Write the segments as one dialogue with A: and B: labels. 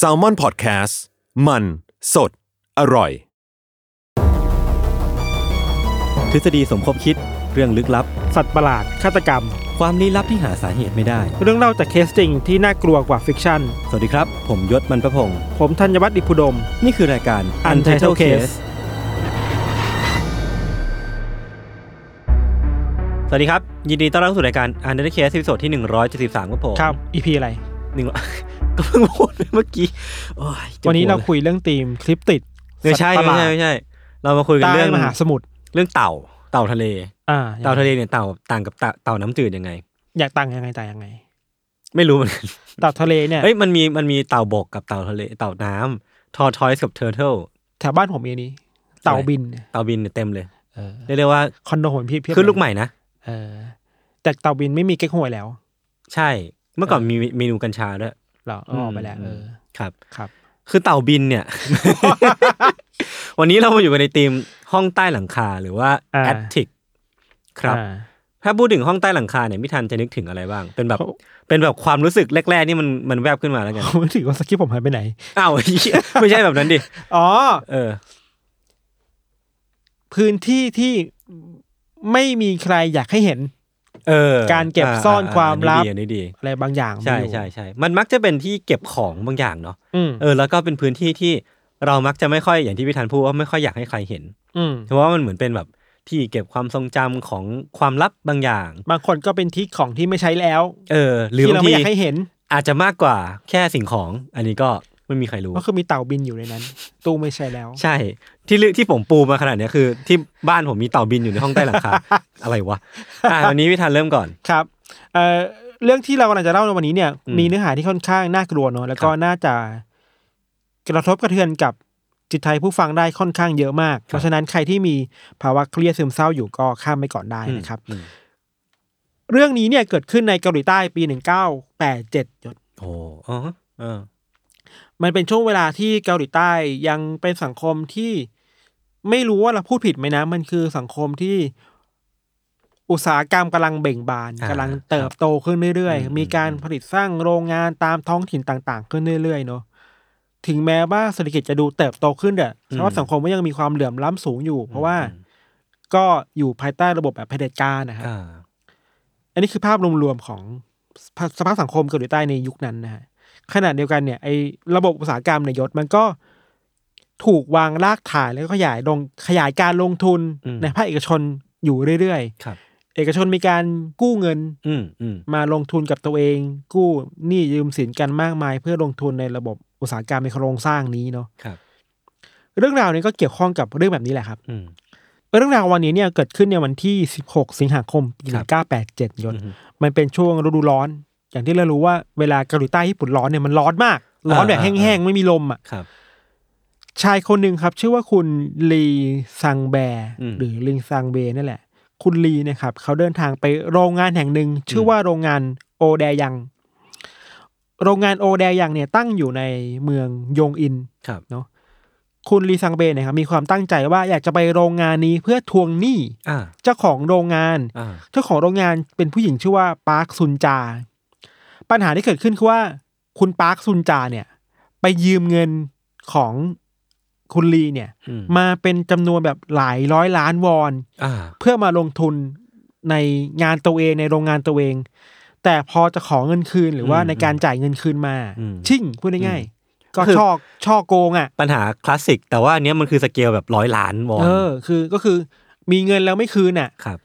A: s a l m o n PODCAST มันสดอร่อย
B: ทฤษฎีสมคบคิดเรื่องลึกลับ
C: สัตว์ประหลาด ฆาตกรรม
B: ความลี้ลับที่หาสาเหตุไม่ได้
C: เรื่องเล่าจากเคสจริงที่น่ากลัวกว่าฟิกชั่น
B: สวัสดีครับ ผมยศมันประพงศ์
C: ผมธัญวัฒน์อิพุดม
B: นี่คือรายการ Untitled Case สวัสดีครับ ยินดีต้อนรับเข้าสู่รายการ Untitled Case ซีซั่นที่ 173ครับผม
C: ครับ EP อะไร
B: หนึ่งร้อย ก็เพิ่งพูดไปเมื่อกี้โอ้ยจ็บหั
C: วันนี้เราคุยเรื่องธีมคลิปติด
B: ไม่ใช่
C: สัตว์ประห
B: ไม่
C: ลาด
B: ใช่ไม่ใช่ เรามาคุยกัน
C: ใต้
B: เรื่อง
C: มหาสมุทร
B: เรื่องเต่าเต่าทะเล
C: อ่า
B: เต่าทะเลเนี่ยเต่าต่างกับเต่าเต่าน้ำจืดยังไง
C: อยากต่างยังไงต่างยังไง
B: ไม่รู้เหมือนกัน
C: เต่าทะเลเนี่ย
B: เอ้ ยมันมีมันมีเต่าบกกับเต่าทะเลเต่าน้ำทอทอยส์กับเทอร์เทิล
C: แถวบ้านผมเองนี้ เต่าบินเนี่ย
B: เต่าบินเนี่ยเต็มเลย
C: เออ
B: เรียกได้ว่า
C: คอนโดผมพี่เพียบ
B: ขึ้นลูกใหม่นะ
C: เออ แต่เต่าบินไม่มีเก๊กหวยแล้ว
B: ใช่เมื่อก่อนมีเมนูกัญชาด้วย
C: เหรอเอาออกไปแล้ว
B: อื
C: เอ
B: ม
C: อ
B: ครับ
C: ครับ
B: คือเต่าบินเนี่ย วันนี้เรามาอยู่กันในทีมห้องใต้หลังคาหรือว่า
C: า
B: แอตติกครับ
C: อ่า
B: ถ้าพูดถึงห้องใต้หลังคาเนี่ยพี่ทันจะนึกถึงอะไรบ้าง เป็นแบบ
C: เขา
B: เป็นแบบความรู้สึกแรกๆนี่มันมันแวบขึ้นมาแล้วกัน
C: ผมรู้สึกว่าสคริปต์ผมหายไปไหน
B: อ้าว เหี้ยไม่ใช่แบบนั้นดิ
C: อ๋อ
B: เออ
C: พื้นที่ที่ไม่มีใครอยากให้เห็น
B: เออ
C: การเก็บซ่อนความลับ
B: อันนี้ดีอันนี้ดี
C: อะไรบางอย่าง
B: ใช่
C: มีอยู่
B: ใช่ใช่มันมักจะเป็นที่เก็บของบางอย่างเนาะ
C: อืม
B: เออแล้วก็เป็นพื้นที่ที่เรามักจะไม่ค่อยอย่างที่พี่ธันพูดว่าไม่ค่อยอยากให้ใครเห็น
C: อืม
B: เพราะว่ามันเหมือนเป็นแบบที่เก็บความทรงจำของความลับบางอย่าง
C: บางคนก็เป็นทิกของที่ไม่ใช้แล้ว
B: เออ หรือบา
C: ที่เรา
B: ง
C: ไม่
B: ที
C: อยากให้เห็น
B: อาจจะมากกว่าแค่สิ่งของ อันนี้ก็ไม่มีใครรู้
C: ก็คือมีเต่าบินอยู่ในนั้น ตู้ไม่ใช้แล้ว
B: ใช่ที่เลือกที่ผมปูมาขนาดเนี้ยคือ ที่บ้านผมมีเต่าบินอยู่ในห้องใต้หลังคา อะไรวะอ่ะวันนี้พี่ธันเริ่มก่อน
C: ครับเอ่อเรื่องที่เรากำลังจะเล่าในวันนี้เนี่ย
B: อืม
C: มีเนื้อหาที่ค่อนข้างน่ากลัวเนอะแล้วก็
B: ครับ
C: น่าจะกระทบกระเทือนกับจิตใจผู้ฟังได้ค่อนข้างเยอะมาก เพราะฉะนั้นใครที่มีภาวะเครียดซึมเศร้าอยู่ก็ข้ามไปก่อนได้นะครับ
B: อืม
C: เรื่องนี้เนี่ยเกิดขึ้นในเกาหลีใต้ปี 1987ยศ
B: โอ้อ๋อเออ
C: มันเป็นช่วงเวลาที่เกาหลีใต้ยังเป็นสังคมที่ไม่รู้ว่าเราพูดผิดไหมนะ มันคือสังคมที่อุตสาหกรรมกำลังเบ่งบาน
B: อ่าก
C: ำลังเติบโตขึ้นเรื่อย
B: อืม
C: ๆ มีการผลิตสร้างโรงงานตามท้องถิ่นต่าง ๆ ขึ้นเรื่อยๆเนาะถึงแม้ว่าเศรษฐกิจจะดูเติบโตขึ้นแต่สภาพสังคมก็ยังมีความเหลื่อมล้ำสูงอยู่ เพราะว่าก็อยู่ภายใต้ระบบแบบเผด็จการนะครับ
B: อ่า
C: อันนี้คือภาพรวมๆของสภาสภาพสังคมเกาหลีใต้ในยุคนั้นนะฮะขณะเดียวกันเนี่ยไอ้ระบบอุตสาหกรรมในยยศมันก็ถูกวางรากฐานแล้วก็ขยายลงขยายการลงทุนในภาคเอกชนอยู่เรื่อย
B: ครับ
C: ๆ เอกชนมีการกู้เงิน
B: อืมอืม
C: มาลงทุนกับตัวเอง กู้หนี้ยืมสินกันมากมาย เพื่อลงทุนในระบบอุตสาหกรรมในโครงสร้างนี้เนาะ
B: ครับ
C: เรื่องราวนี้ก็เกี่ยวข้องกับเรื่องแบบนี้แหละครับ
B: อืม
C: เรื่องราววันนี้เนี่ยเกิดขึ้นในวันที่ 16 สิงหาคมปี
B: ครับ
C: 1987ยศ มันเป็นช่วงฤดูร้อน อย่างที่เรารู้ว่าเวลาเกาหลีใต้ญี่ปุ่นร้อนเนี่ยมันร้อนมาก ร้อนแบบแห้งๆ ไม่มีลมอ่ะ
B: ครับ
C: ชายคนหนึ่งครับ ชื่อว่าคุณลีซังแบร์
B: อืม
C: หรือลิงซังเบร์นั่นแหละ คุณลีเนะครับ เขาเดินทางไปโรงงานแห่งหนึ่ง ชื่อว่าโรงงานโอแดยัง โรงงานโอแดยังเนี่ยตั้งอยู่ในเมืองยงอิน
B: ครับ
C: คุณลีซังเบร์เนะครับมีความตั้งใจว่าอยากจะไปโรงงานนี้เพื่อทวงหนี้
B: อ่า
C: เจ้าของโรงงาน
B: อ่า
C: เจ้าของโรงงานเป็นผู้หญิงชื่อว่าปาร์คซุนจา ปัญหาที่เกิดขึ้นคือว่า คุณปาร์คซุนจาเนี่ย ไปยืมเงินของคุณลีเนี่ย
B: อืม
C: มาเป็นจำนวนแบบหลายร้อยล้านวอน
B: อ่า
C: เพื่อมาลงทุนในงานตัวเองในโรงงานตัวเอง แต่พอจะขอเงินคืนหรือว่าในการจ่ายเงินคืนมา ชิ่งพูดง่ายๆก็ช่อช่อโกงอ่ะ
B: ปัญหาคลาสสิก แต่ว่าอันเนี้ยมันคือสเกลแบบร้อยล้านวอน
C: เออ คือก็คือมีเงินแล้วไม่คืนอ่ะ
B: ครับ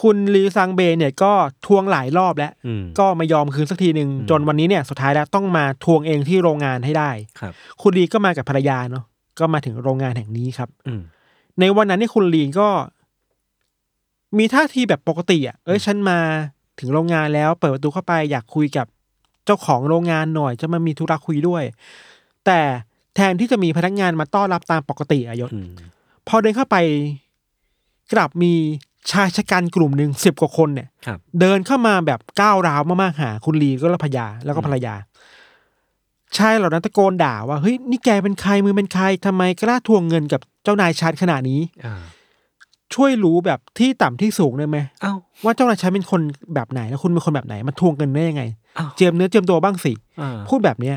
C: คุณลีซังเบย์เนี่ยก็ทวงหลายรอบแล้ว
B: อืม
C: ก็ไม่ยอมคืนสักทีหนึ่ง
B: อืม
C: จนวันนี้เนี่ยสุดท้ายแล้วต้องมาทวงเองที่โรงงานให้ได้
B: ครับ
C: คุณลีก็มากับภรรยาเนาะก็มาถึงโรงงานแห่งนี้ครับ
B: อืม
C: ในวันนั้นเนี่ยคุณลีก็ มีท่าทีแบบปกติอ่ะเอ้ยฉันมาถึงโรงงานแล้ว เปิดประตูเข้าไปอยากคุยกับ เจ้าของโรงงานหน่อยจะมามีธุระคุยด้วย แต่แทนที่จะมีพนักงานมาต้อนรับตามปกติอะยศ
B: อืม
C: พอเดินเข้าไป กลับมีชายชะกันกลุ่มหนึ่งสิบกว่าคนเนี่ย
B: ครับ
C: เดินเข้ามาแบบก้าวร้าวมากๆหา คุณลีก็และภรรยาแล้วก็ภรรยาชายเหล่านั้นตะโกนด่าว่าเฮ้ยนี่แกเป็นใครมือเป็นใครทำไมกล้าทวงเงินกับเจ้านายชันขนาดนี้
B: อ่า
C: ช่วยรู้แบบที่ต่ำที่สูงได้ไหม
B: เอ้า
C: ว่าเจ้านายชันเป็นคนแบบไหนแล้วคุณเป็นคนแบบไหนมาทวงเงินได้ยังไง
B: เอ้า
C: เจียมเนื้อเจียมตัวบ้างสิ
B: อ่า
C: พูดแบบเนี้ย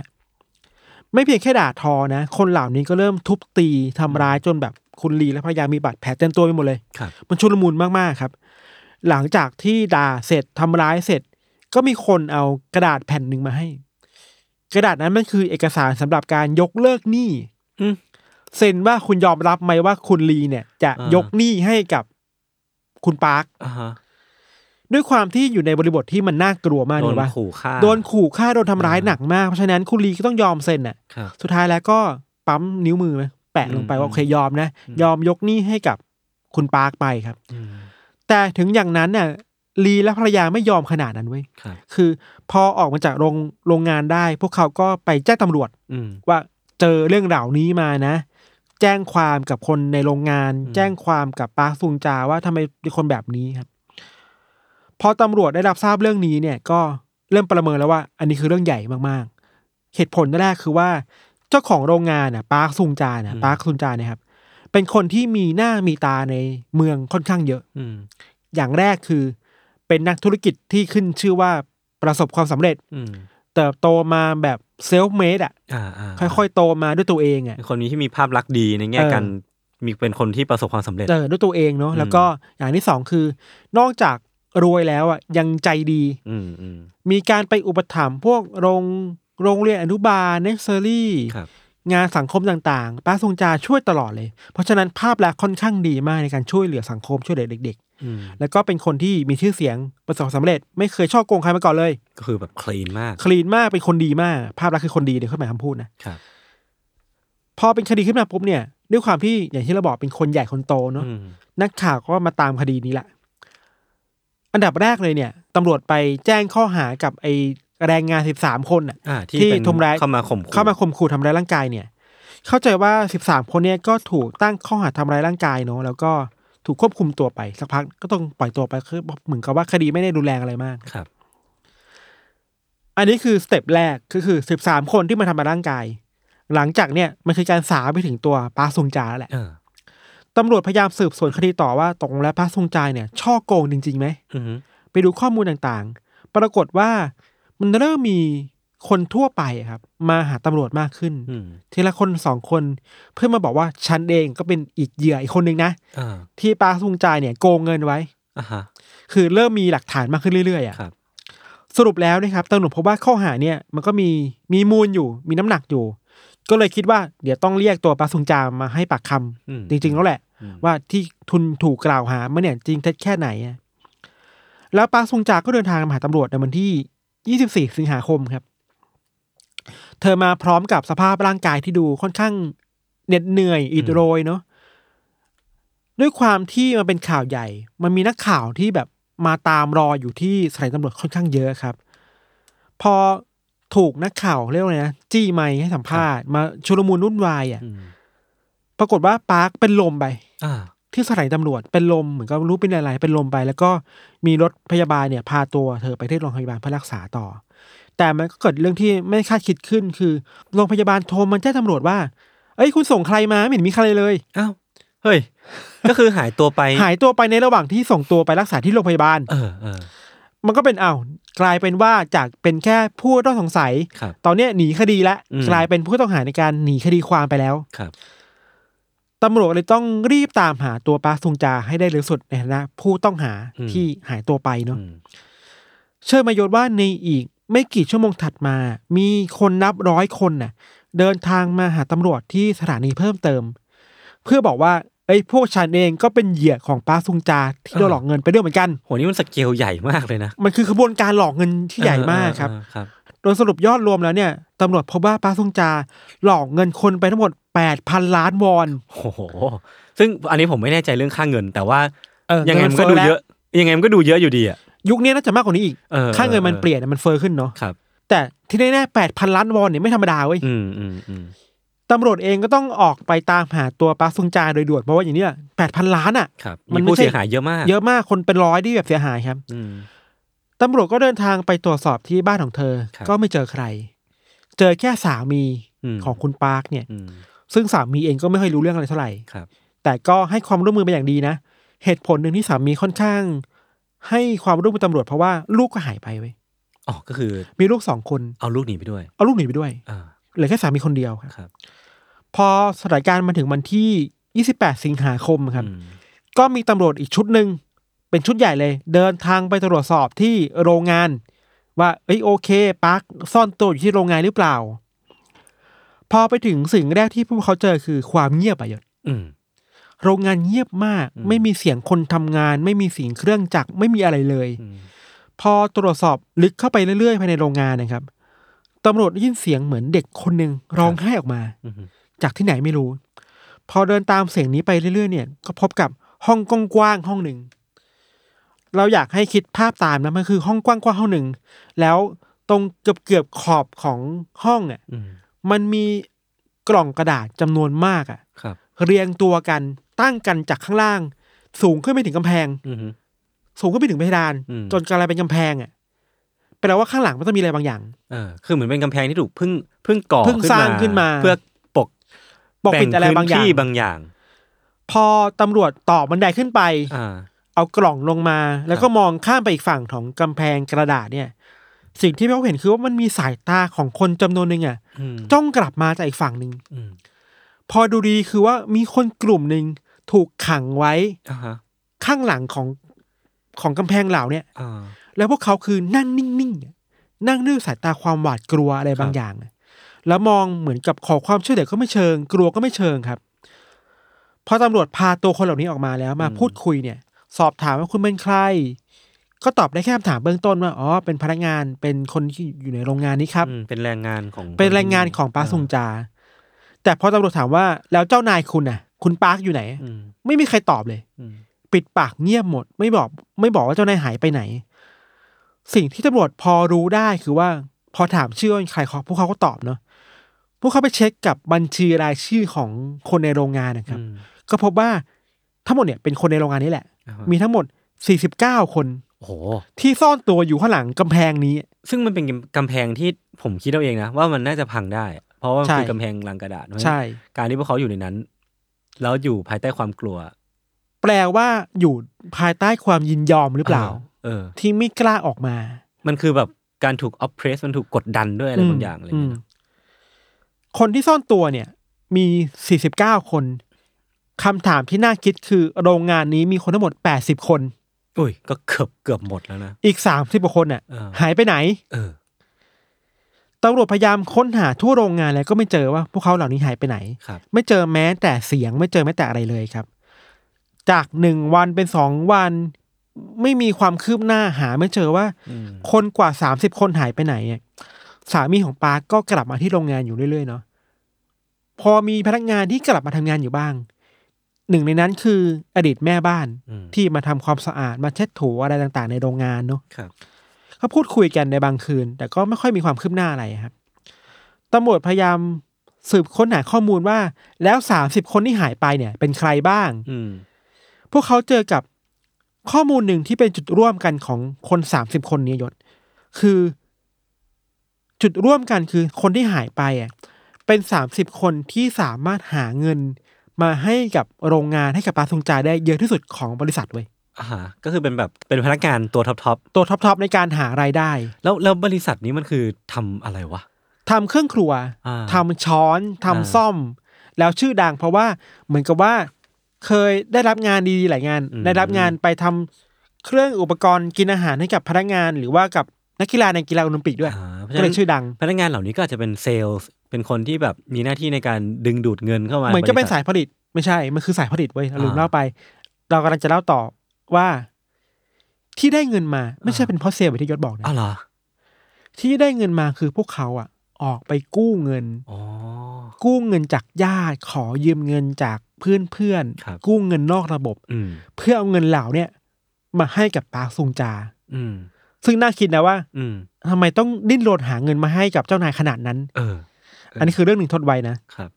C: ไม่เพียงแค่ด่าทอนะ คนเหล่านี้ก็เริ่มทุบตีทำร้ายจนแบบคุณลีและภรรยามีบาดแผลเต็มตัวไปหมดเลย
B: ครับ
C: มันชุลมุนมากๆครับ หลังจากที่ด่าเสร็จทำร้ายเสร็จ ก็มีคนเอากระดาษแผ่นหนึ่งมาให้ กระดาษนั้นมันคือเอกสารสำหรับการยกเลิกหนี้
B: อืม
C: เซ็นว่าคุณยอมรับไหมว่าคุณลีเนี่ย จะ
B: อ่าย
C: ยกหนี้ให้กับคุณปาร์ค
B: อ่าฮะ
C: ด้วยความที่อยู่ในบริบทที่มันน่ากลัวมาก
B: โด
C: เล
B: น
C: ยว่า
B: ขู่ฆ่า
C: โดนขู่ฆ่าโดนทำร้ายหนักมาก เพราะฉะนั้นคุณลีก็ต้องยอมเซ็นน่ะ
B: ครับ
C: สุดท้ายแล้วก็ปั๊มนิ้วมือไหมแปะลงไป
B: อืม
C: ว่าโอเคยอมนะ
B: อืม
C: ยอมยกหนี้ให้กับคุณปาร์คไปครับ
B: อืม
C: แต่ถึงอย่างนั้นน่ะลีและภรรยาไม่ยอมขนาดนั้นเว้ย
B: ครับ
C: คือพอออกมาจากโรงโรงงานได้ พวกเขาก็ไปแจ้งตำรวจ
B: อืม
C: ว่าเจอเรื่องเหล่านี้มานะ แจ้งความกับคนในโรงงาน
B: อืม
C: แจ้งความกับปาร์คซุงจาว่าทำไมเป็นคนแบบนี้ครับ พอตำรวจได้รับทราบเรื่องนี้เนี่ย ก็เริ่มประเมินแล้วว่า อันนี้คือเรื่องใหญ่มากๆ เหตุผลแรกคือว่า เจ้าของโรงงานน่ะปาร์คซุงจาน่ะ
B: อืม
C: ปาร์คซุงจาเนี่ยครับเป็นคนที่มีหน้ามีตาในเมืองค่อนข้างเยอะ
B: อืม
C: อย่างแรกคือเป็นนักธุรกิจที่ขึ้นชื่อว่าประสบความสำเร็จ
B: อืม
C: เติบโตมาแบบเซลฟ์เมดอ่ะ
B: อ่าอ่า
C: ค่อยๆ โตมาด้วยตัวเองอ่ะ
B: เป็นคนนี้ที่มีภาพลักษณ์ดีในแง่
C: เออ
B: การมีเป็นคนที่ประสบความสำเร็จ
C: เออด้วยตัวเองเนาะ
B: อืม
C: แล้วก็อย่างที่สองคือ นอกจากรวยแล้วอ่ะยังใจดี
B: อืมอืม
C: มีการไปอุปถัมภ์พวกโรงโรงเรียนอนุบาลเนสเซอรี่
B: ครับ
C: งานสังคมต่างๆ ป้าทรงจาช่วยตลอดเลย เพราะฉะนั้นภาพลักษณ์ค่อนข้างดีมากในการช่วยเหลือสังคมช่วยเหลือเด็ก
B: อืม
C: ๆ แล้วก็เป็นคนที่มีชื่อเสียงประสบความสำเร็จ ไม่เคยช่อโกงใครมาก่อนเลย
B: ก็คือแบบคลีนมาก
C: คลีนมากเป็นคนดีมาก ภาพลักษณ์คือคนดีเดี๋ยวเข้าหมายคำพูดนะครับ พอเป็นคดีขึ้นมาปุ๊บเนี่ยด้วยความที่อย่างที่เราบอกเป็นคนใหญ่คนโตเนาะ
B: อืม
C: นักข่าวก็มาตามคดีนี้แหละ อันดับแรกเลยเนี่ยตำรวจไปแจ้งข้อหากับไอแรงงานสิบสามคนน่ะ
B: อ่าที่
C: ที่
B: เป็น
C: ทำร้าย
B: เข้ามาข่มขู่
C: เข้ามาข่มขู่ทำร้ายร่างกายเนี่ย เข้าใจว่าสิบสามคนเนี่ยก็ถูกตั้งข้อหาทำร้ายร่างกายเนาะแล้วก็ถูกควบคุมตัวไปสักพักก็ต้องปล่อยตัวไปคือเหมือนกับว่าคดีไม่ได้รุนแรงอะไรมาก
B: ครับ
C: อันนี้คือสเต็ปแรกก็คือสิบสามคนที่มาทำร้ายร่างกาย หลังจากเนี่ยมันคือการสาวไปถึงตัวป้าซุงจาแล้วแหละ
B: เออ
C: ตำรวจพยายามสืบสวนคดีต่อว่าตกลงแล้วป้าซุงจาเนี่ยช่อโกงจริงๆไหม
B: อืม
C: ไปดูข้อมูลต่างๆ ปรากฏว่ามันเริ่มมีคนทั่วไปอะครับ มาหาตำรวจมากขึ้น
B: อืม
C: ทีละคนสองคนเพื่อมาบอกว่าฉันเองก็เป็นอีกเหยื่ออีกคนนึงนะ
B: อ่า
C: ที่ป้าซุงจายเนี่ยโกงเงินไว้
B: อ่าฮะ
C: คือเริ่มมีหลักฐานมากขึ้นเรื่อยๆอะ
B: ครับ
C: สรุปแล้วนะครับตำรวจพบว่าข้อหาเนี่ยมันก็มีมีมูลอยู่ มีน้ำหนักอยู่ ก็เลยคิดว่าเดี๋ยวต้องเรียกตัวป้าซุงจามาให้ปากคำ
B: อืม
C: จริงๆแล้วแหละ
B: อืม
C: ว่าที่ทุนถูกกล่าวหามันเนี่ยจริงเท็จแค่ไหนอะแล้วป้าซุงจาก็เดินทางมาหาตำรวจในวันที่ 24 สิงหาคมครับ เธอมาพร้อมกับสภาพร่างกายที่ดูค่อนข้างเหน็ดเหนื่อยอิดโรยเนาะ ด้วยความที่มันเป็นข่าวใหญ่ มันมีนักข่าวที่แบบมาตามรออยู่ที่สถานีตำรวจค่อนข้างเยอะครับ พอถูกนักข่าวเรียกว่าไงนะ จี้ไมค์ให้สัมภาษณ์มาชุลมุนวุ่นวายอ่ะ
B: อืม
C: ปรากฏว่าปาร์คเป็นลมไป
B: อ่า
C: ที่สถานีตำรวจเป็นลมเหมือนก็รู้เป็นอะไรเป็นลมไป แล้วก็มีรถพยาบาลเนี่ย พาตัวเธอไปที่โรงพยาบาลเพื่อรักษาต่อ แต่มันก็เกิดเรื่องที่ไม่คาดคิดขึ้นคือโรงพยาบาลโทรมาแจ้งตำรวจว่า เอ้ยคุณส่งใครมาไม่เห็นมีใครเลย
B: อ้าวเฮ้ย ก็คือหายตัวไป
C: หายตัวไปในระหว่างที่ส่งตัวไปรักษาที่โรงพยาบาล
B: เออเออ
C: มันก็เป็นอ้าวกลายเป็นว่าจากเป็นแค่ผู้ต้องสงสัย
B: ครับ
C: ตอนเนี้ยหนีคดีแล้ว
B: อืม
C: กลายเป็นผู้ต้องหาในการหนีคดีความไปแล้ว
B: ครับ
C: ตำรวจเลยต้องรีบตามหาตัวปาซุงจาให้ได้เร็วสุดในฐานะผู้ต้องหาที่หายตัวไปเนาะ
B: อืม
C: เชื่อมายศว่าในอีกไม่กี่ชั่วโมงถัดมา มีคนนับร้อยคนน่ะ เดินทางมาหาตำรวจที่สถานีเพิ่มเติม เพื่อบอกว่าเอ้ยพวกฉันเองก็เป็นเหยื่อของป้าซุงจาที่โดนหลอกเงินไปด้วยเหมือนกัน
B: โหนี่มันสเกลใหญ่มากเลยนะ
C: มันคือขบวนการหลอกเงินที่ใหญ่มากครับ
B: เออเออเออครับ
C: โดยสรุปยอดรวมแล้วเนี่ยตำรวจพบว่าป้าซุงจาหลอกเงินคนไปทั้งหมด 8,000 ล้านวอน
B: โอ้โห ซึ่งอันนี้ผมไม่แน่ใจเรื่องค่าเงิน แต่ว่า
C: เออ
B: ยังไงมันก็ดูเยอะ ยังไงมันก็ดูเยอะอยู่ดีอ่ะ
C: ยุคนี้น่าจะมากกว่านี้อีก
B: เออ
C: ค่าเงินมัน
B: เออ
C: เปลี่ยนมันเฟ้อขึ้นเนาะ
B: ครับ
C: แต่ แต่ที่แน่ๆแปดพันล้านวอนเนี่ยไม่ธรรมดาเว้ย
B: อืมอืมอืม
C: ตำรวจเองก็ต้องออกไปตามหาตัวปาซุงจาโดยด่วนเพราะว่าอย่างเนี้แปดพันล้านอ่ะ
B: ครับมี
C: มันไม่
B: ผู้
C: ใช่
B: เสียหายเยอะมาก
C: เยอะมากคนเป็นร้อยที่แบบเสียหายครับ
B: อืม
C: ตำรวจก็เดินทางไปตรวจสอบที่บ้านของเธอ
B: ครับ
C: ก็ไม่เจอใคร เจอแค่สามี
B: อืม
C: ของคุณปาร์คเนี่ย
B: อืม
C: ซึ่งสามีเองก็ไม่ค่อยรู้เรื่องอะไรเท่าไหร่
B: ครับ
C: แต่ก็ให้ความร่วมมือไปนอย่างดีนะ เหตุผลหนึ่งที่สามีค่อนข้าง ให้ความร่วมมือตำรวจเพราะว่าลูกก็หายไปเว้ย
B: อ๋อ ก็คือ
C: มีลูกสองคน
B: เอาลูกหนีไปด้วย
C: เอาลูกหนีไปด้วย
B: อ่า
C: เหลือแค่สามีคนเดียวครับ
B: ครับ
C: พอสถานการณ์มาถึงวันที่ 28 สิงหาคมครับ
B: อืม
C: ก็มีตำรวจอีกชุดหนึ่งเป็นชุดใหญ่เลย เดินทางไปตรวจสอบที่โรงงาน ว่าเอ้ยโอเคปาร์คซ่อนตัวอยู่ที่โรงงานหรือเปล่า พอไปถึงสิ่งแรกที่พวกเขาเจอคือความเงียบอะยศ
B: อืม
C: โรงงานเงียบมาก
B: อืม
C: ไม่มีเสียงคนทำงาน ไม่มีเสียงเครื่องจักรไม่มีอะไรเลย
B: อืม
C: พอตรวจสอบลึกเข้าไปเรื่อยๆภายในโรงงานนะครับตำรวจได้ยินเสียงเหมือนเด็กคนหนึ่งร้องไห้ออกมา
B: อืม
C: จากที่ไหนไม่รู้ พอเดินตามเสียงนี้ไปเรื่อยๆ เนี่ยก็พบกับห้องกว้างๆห้องหนึ่ง เราอยากให้คิดภาพตามนะมันคือห้องกว้างๆห้องหนึ่ง แล้วตรงเกือบๆขอบของห้องอ่ะ
B: อืม
C: มันมีกล่องกระดาษจำนวนมากอ่ะ
B: ครับ
C: เรียงตัวกันตั้งกันจากข้างล่าง สูงขึ้นไปถึงกำแพง
B: อืม
C: สูงขึ้นไปถึงเพดาน
B: อืม
C: จนกลายเป็นกำแพงอ่ะแปลว่าข้างหลังมันต้องมีอะไรบางอย่าง
B: เออคือเหมือนเป็นกำแพงที่ถูกเพึ่งเพึ่งก่อ
C: เพิ่งสร้างขึ้นมา
B: เพื่อปก
C: ปกปิดอะไรบางอย่า
B: แพื้น
C: ง
B: ที่บางอย่าง
C: พอตำรวจต่อบันไดขึ้นไป
B: อ่า
C: เอากล่องลงมาแล้วก็มองข้ามไปอีกฝั่งของกำแพงกระดาษเนี่ย สิ่งที่เขาเห็นคือว่ามันมีสายตาของคนจำนวนหนึ่งอ่ะ
B: อืม
C: จ้องกลับมาจากอีกฝั่งหนึ่ง
B: อืม
C: พอดูดีคือว่ามีคนกลุ่มหนึ่งถูกขังไว้
B: อ่าฮะ
C: ข้างหลังของของกำแพงเหล่าเนี่ย
B: อ่า
C: แล้วพวกเขาคือนั่งนิ่งๆอะนั่งด้วยสายตาความหวาดกลัวอะไรบา
B: ค
C: ง
B: รับ
C: อย่างอะแล้วมองเหมือนกับขอความช่วยเหลือก็ไม่เชิง กลัวก็ไม่เชิงครับ พอตำรวจพาตัวคนเหล่านี้ออกมาแล้วมาพูดคุยเนี่ย สอบถามว่าคุณเป็นใคร ก็ตอบได้แค่คำถามเบื้องต้นว่าอ๋อเป็นพนักงานเป็นคนที่อยู่ในโรงงานนี้ครับ
B: อืมเป็นแรงงานของ
C: เป็นแรงงานของปาซุงจา แต่พอตำรวจถามว่าแล้วเจ้านายคุณน่ะ คุณปาร์คอยู่ไหน
B: อืม
C: ไม่มีใครตอบเลย
B: อืม
C: ปิดปากเงียบหมด ไม่บอก ไม่บอกว่าเจ้านายหายไปไหน สิ่งที่ตำรวจพอรู้ได้คือว่า พอถามชื่อว่าใครเขาพวกเขาก็ตอบเนาะพวกเขาไปเช็คกับบัญชีรายชื่อของคนในโรงงานนะครับ
B: อืม
C: ก็พบว่าทั้งหมดเนี่ยเป็นคนในโรงงานนี้แหละ
B: อ่าฮะ
C: มีทั้งหมด 49 คน
B: โอ้โห
C: ที่ซ่อนตัวอยู่ข้างหลังกำแพงนี้
B: ซึ่งมันเป็นกำแพงที่ผมคิดเอาเองนะ ว่ามันน่าจะพังได้ เพราะว่ามัน
C: ใช่
B: คือกำแพงลังกระดาษเพราะฉะนั้น
C: ใช่
B: การที่พวกเขาอยู่ในนั้น แล้วอยู่ภายใต้ความกลัว
C: แปลว่าอยู่ภายใต้ความยินยอมหรือเปล่า
B: เออ
C: ที่ไม่กล้าออกมา
B: มันคือแบบการถูกออ p เพรสมันถูกกดดันด้วยอะไรบางอย่างอะไรอย่างเงี้ย
C: ม
B: นะ
C: มคนที่ซ่อนตัวเนี่ย มี 49 คนคำถามที่น่าคิดคือโรงงานนี้มีคนทั้งหมด 80 คน
B: อุ้ย ก็เกือบเกือบหมดแล้วนะ
C: อีก 30กว่าคนน่ะ
B: เออ
C: หายไปไหน
B: เออ
C: ตำรวจพยายามค้นหาทั่วโรงงานแล้วก็ไม่เจอว่าพวกเขาเหล่านี้หายไปไหน
B: ครับ
C: ไม่เจอแม้แต่เสียงไม่เจอแม้แต่อะไรเลยครับ จากหนึ่งวันเป็นสองวัน ไม่มีความคืบหน้าหาไม่เจอว่า
B: อืม
C: คนกว่าสามสิบคนหายไปไหนเนี่ยสามีของปาร์คก็กลับมาที่โรงงานอยู่เรื่อยๆเนาะพอมีพนักงานที่กลับมาทำงานอยู่บ้าง หนึ่งในนั้นคืออดีตแม่บ้าน
B: อืม
C: ที่มาทำความสะอาดมาเช็ดถูอะไรต่างๆ ในโรงงานเนาะ
B: ครับ
C: ก็พูดคุยกันในบางคืน แต่ก็ไม่ค่อยมีความคืบหน้าอะไรครับตำรวจพยายามสืบค้นหาข้อมูลว่า แล้วสามสิบคนที่หายไปเนี่ย เป็นใครบ้าง
B: อืม
C: พวกเขาเจอกับข้อมูลหนึ่งที่เป็นจุดร่วมกันของคนสามสิบคนนี้ยศ คือ จุดร่วมกันคือคนที่หายไปอ่ะเป็นสามสิบคนที่สามารถหาเงินมาให้กับโรงงานให้กับปาซุงจาได้เยอะที่สุดของบริษัทเว้ย
B: อ่าฮะก็คือเป็นแบบเป็นพนักงานตัวท็อปทอป
C: ตัวท็อปๆในการหารายได้
B: ๆแล้วแล้วบริษัทนี้มันคือทำอะไรวะ
C: ทำเครื่องครัว
B: อ่า
C: ทำช้อนทำ
B: อ่า
C: ซ่อม แล้วชื่อดังเพราะว่าเหมือนกับว่า เคยได้รับงานดีๆหลายงาน ได้รับงานไปทำเครื่องอุปกรณ์กินอาหารให้กับพนักงาน หรือว่ากับนักกีฬาในกีฬาโอลิมปิกด้วย
B: อ่าเพราะ
C: ก็
B: ฉะ
C: เล
B: นั้
C: ย
B: น
C: ชื่อดัง
B: พนักงานเหล่านี้ก็อาจจะเป็นเซลล์เป็นคนที่แบบมีหน้าที่ในการดึงดูดเงินเข้ามา
C: เหมือนจะเป็น
B: บริษัท
C: สายผลิตไม่ใช่ มันคือสายผลิตเว้ยเราลืม
B: อ่า
C: เล่าไป เรากำลังจะเล่าต่อว่า ที่ได้เงินมา ไม่ใช่
B: อ่า
C: เป็นเพราะเซลล์แบบที่ยศบอกนะ
B: อ้าวเหรอ
C: ที่ได้เงินมาคือพวกเขาอ่ะ ออกไปกู้เงิน
B: อ๋อ
C: กู้เงินจากญาติขอยืมเงินจากเพื่อนเพื่อนๆ
B: ครับ
C: กู้เงินนอกระบบ
B: อืม
C: เพื่อเอาเงินเหล่าเนี่ยมาให้กับปาร์คซุงจา
B: อืม
C: ซึ่งน่าคิดนะว่า
B: อืม
C: ทำไมต้องดิ้นรนหาเงินมาให้กับเจ้านายขนาดนั้น
B: เออ ออั
C: อันนี้คือเรื่องหนึ่งทดไว้นะ
B: ครับ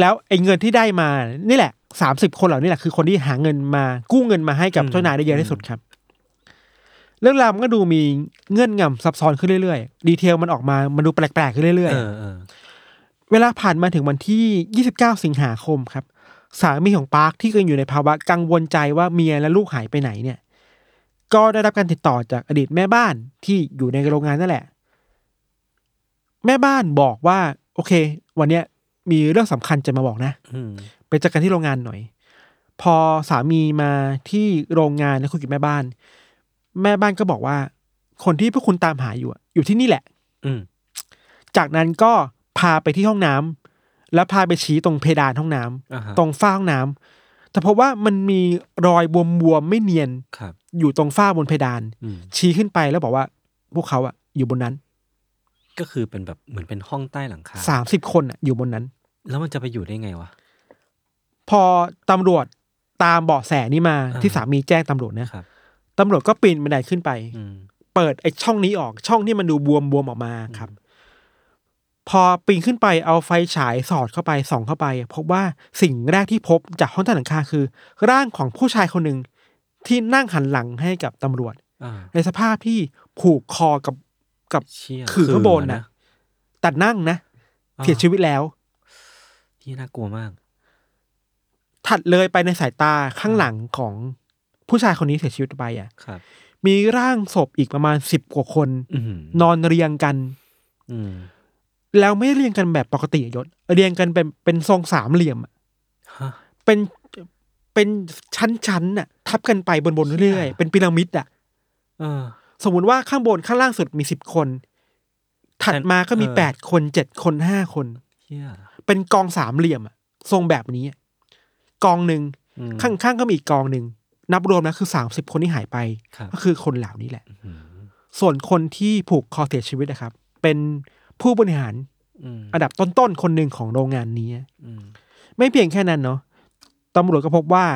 C: แล้วไอ้เงินที่ได้มานี่แหละสามสิบคนเหล่านี้แหละคือคนที่หาเงินมากู้เงินมาให้กับ
B: อืม
C: เจ้านายได้เยอะที่สุดครับ เรื่องราวมันก็ดูมีเงื่อนงำซับซ้อนขึ้นเรื่อยๆ ดีเทลมันออกมามันดูแปลกๆขึ้นเรื่อย
B: เออเออ
C: ๆ เวลาผ่านมาถึงวันที่ 29 สิงหาคมครับ สามีของปาร์คที่เคยอยู่ในภาวะกังวลใจว่าเมียและลูกหายไปไหนเนี่ย ก็ได้รับการติดต่อจากอดีตแม่บ้านที่อยู่ในโรงงานนั่นแหละ แม่บ้านบอกว่า โอเค วันเนี้ยมีเรื่องสำคัญจะมาบอกนะ
B: อืม
C: ไปเจอกันที่โรงงานหน่อย พอสามีมาที่โรงงานแล้วคุยกับแม่บ้าน แม่บ้านก็บอกว่า คนที่พวกคุณตามหาอยู่อะอยู่ที่นี่แหละ
B: อืม
C: จากนั้นก็พาไปที่ห้องน้ำแล้วพาไปชี้ตรงเพดานห้องน้ำ
B: อ่าฮะ
C: ตรงฝ้าห้องน้ำแต่พบว่ามันมีรอยบวมบวมๆไม่เนียน
B: ครับ
C: อยู่ตรงฝ้าบนเพดาน
B: อืม
C: ชี้ขึ้นไปแล้วบอกว่า พวกเขาอะอยู่บนนั้น
B: ก็คือเป็นแบบเหมือนเป็นห้องใต้หลังคา
C: สามสิบคนอะอยู่บนนั้น
B: แล้วมันจะไปอยู่ได้ไงวะ
C: พอตำรวจตามเบาะแสนี้มา
B: อ่า
C: ที่สามีแจ้งตำรวจนะครับ ตำรวจก็ปีนบันไดขึ้นไป
B: อืม
C: เปิดไอ้ช่องนี้ออกช่องที่มันดูบวมบวมๆออกมาครับ พอปีนขึ้นไปเอาไฟฉายสอดเข้าไปส่องเข้าไป พบว่าสิ่งแรกที่พบจากห้องใต้หลังคาคือ ร่างของผู้ชายคนหนึ่งที่นั่งหันหลังให้กับตำรวจ
B: อ่า
C: ในสภาพที่ผูกคอกับกับ
B: เชี่ย
C: ขื่อข้างบนนะแต่นั่งนะ
B: อ่า
C: เสียชีวิตแล้ว
B: ที่น่ากลัวมาก
C: ถัดเลยไปในสายตาข้างหลังของผู้ชายคนนี้เสียชีวิตไปอ่ะ
B: ครับ
C: มีร่างศพอีกประมาณสิบกว่าคน
B: อืม
C: นอนเรียงกัน
B: อืม
C: แล้วไม่ได้เรียงกันแบบปกติอะยศ เรียงกันเป็นเป็นทรงสามเหลี่ยมอะ
B: ฮะ
C: เป็นเป็นชั้นชั้นๆน่ะทับกันไปบนบนๆเรื่อย
B: เชี่
C: ๆ
B: ย
C: เป็นพีระมิดอ่ะ
B: เออ
C: สมมติว่าข้างบนข้างล่างสุดมีสิบคน ถัดมาก็มี
B: เออ
C: แปดคนเจ็ดคนห้าคน
B: เชี่ย
C: เป็นกองสามเหลี่ยมอะทรงแบบนี้อะกองหนึ่ง
B: อืม
C: ข้างๆก็มีอีกกองหนึ่งนับรวมแล้วคือสามสิบคนที่หายไป
B: ครับ
C: ก็คือคนเหล่านี้แหละ
B: อืม
C: ส่วนคนที่ผูกคอเสียชีวิตนะครับ เป็นผู้บริหาร
B: อืม
C: อันดับต้นๆคนหนึ่งของโรงงานนี้
B: อืม
C: ไม่เพียงแค่นั้นเนาะตำรวจก็พบว่า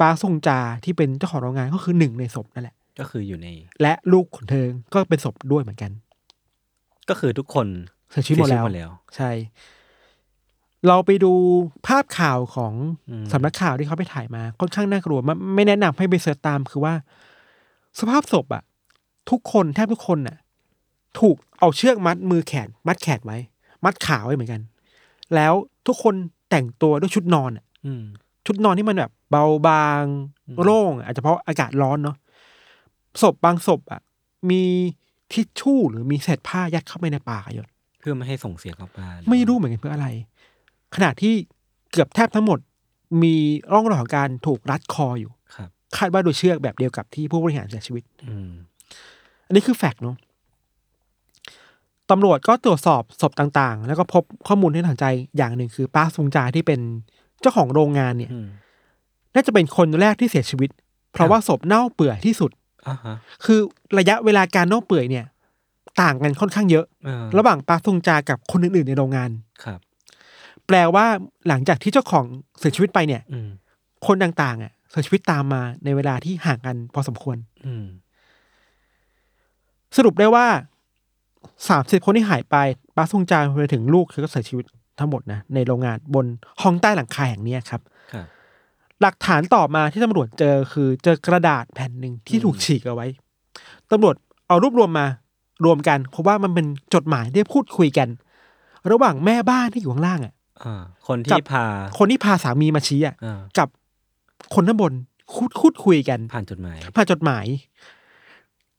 C: ปาซงจาที่เป็นเจ้าของโรงงานก็คือหนึ่งในศพนั่นแหละ
B: ก็คืออยู่ใน
C: และลูกของเธอก็เป็นศพด้วยเหมือนกัน
B: ก็คือทุกคน
C: เสียชีวิตหมดแล้ว
B: เสียชีวิตหมดแล้ว
C: ใช่ เราไปดูภาพข่าวของ
B: อืม
C: สำนักข่าวที่เขาไปถ่ายมาค่อนข้างน่ากลัวมันไม่แนะนำให้ไปเสิร์ชตามคือว่า สภาพศพอะทุกคนแทบทุกคนน่ะ ถูกเอาเชือกมัดมือแขน มัดแขนไว้ มัดขาไว้เหมือนกัน แล้วทุกคนแต่งตัวด้วยชุดนอนอะ
B: อืม
C: ชุดนอนที่มันแบบเบาบาง
B: อืม
C: โล่งอาจจะเพราะอากาศร้อนเนาะศพบางศพอ่ะ มีทิชชู่หรือมีเศษผ้ายัดเข้าไปในปากอะยศ
B: เพื่อไม่ให้ส่งเสียงออกมา
C: ไม่รู้เหมือนกันเพื่ออะไร ขณะที่เกือบแทบทั้งหมด มีร่องรอยของการถูกรัดคออยู่
B: ครับ
C: คาดว่าโดยเชือกแบบเดียวกับที่ผู้บริหารเสียชีวิต
B: อืม
C: อันนี้คือแฟกต์เนาะตำรวจก็ตรวจสอบศพต่างๆ แล้วก็พบข้อมูลที่น่าสนใจอย่างหนึ่งคือป้าซุงจาที่เป็นเจ้าของโรงงานเนี่ย
B: อืม
C: น่าจะเป็นคนแรกที่เสียชีวิต เพ
B: ค
C: ราะ
B: รับ
C: ว่าศพเน่าเปื่อยที่สุด
B: อ่าฮะ
C: คือระยะเวลาการเน่าเปื่อยเนี่ย ต่างกันค่อนข้างเยอะ
B: เออ
C: ระหว่างปาซุงจากับคนอื่นๆในโรงงาน
B: ครับ
C: แปลว่าหลังจากที่เจ้าของเสียชีวิตไปเนี่ย
B: อืม
C: คนต่างๆอ่ะเสียชีวิตตามมาในเวลาที่ห่างกันพอสมควร
B: อืม
C: สรุปได้ว่าสามสิบคนที่หายไปปาซุงจารวมไปถึงลูกเธอก็เสียชีวิตทั้งหมดนะในโรงงานบนห้องใต้หลังคาแห่งเนี้ยครับ
B: ครับ
C: หลักฐานต่อมาที่ตำรวจเจอคือเจอกระดาษแผ่นหนึ่งที่
B: อืม
C: ถูกฉีกเอาไว้ ตำรวจเอารวบรวมมารวมกันเพราะว่ามันเป็นจดหมายที่พูดคุยกัน ระหว่างแม่บ้านที่อยู่ข้างล่างอ่ะ
B: อ่า คน
C: กั
B: ที่
C: บ
B: พา
C: คนที่พาสามีมาชี้อ่ะ
B: อ่า
C: กับคนข้างบนคูดคูดคุยกัน
B: ผ่านจดหมาย
C: ผ่านจดหมาย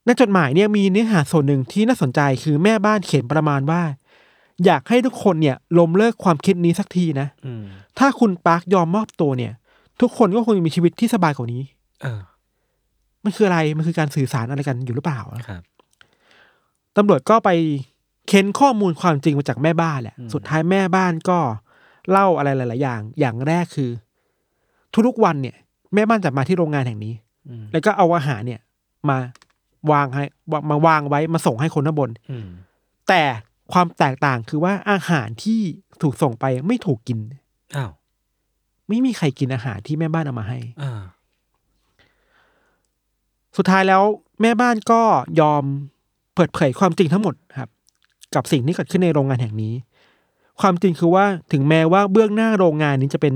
C: ในจดหมายเนี่ยมีเนื้อหาส่วนหนึ่งที่น่าสนใจคือแม่บ้านเขียนประมาณว่า อยากให้ทุกคนเนี่ยล้มเลิกความคิดนี้สักทีนะ
B: อืม
C: ถ้าคุณปาร์คยอมมอบตัวเนี่ย ทุกคนก็คงมีชีวิตที่สบายกว่านี้
B: เออ
C: มันคืออะไร มันคือการสื่อสารอะไรกันอยู่หรือเปล่า
B: ครับ
C: ตำรวจก็ไปเค้นข้อมูลความจริงมาจากแม่บ้านแหละ
B: อืม
C: สุดท้ายแม่บ้านก็เล่าอะไรหลาย ๆ อย่าง อย่างแรกคือ ทุกๆวันเนี่ย แม่บ้านจะมาที่โรงงานแห่งนี้
B: อืม
C: แล้วก็เอาอาหารเนี่ย มาวางให้มาวางไว้มาส่งให้คนข้างบน
B: อืม
C: แต่ความแตกต่างคือว่าอาหารที่ถูกส่งไปไม่ถูกกิน
B: อ้าว
C: ไม่มีใครกินอาหารที่แม่บ้านเอามาให้
B: อ่า
C: สุดท้ายแล้ว แม่บ้านก็ยอมเปิดเผยความจริงทั้งหมดครับ กับสิ่งที่เกิดขึ้นในโรงงานแห่งนี้ ความจริงคือว่าถึงแม้ว่าเบื้องหน้าโรงงานนี้จะเป็น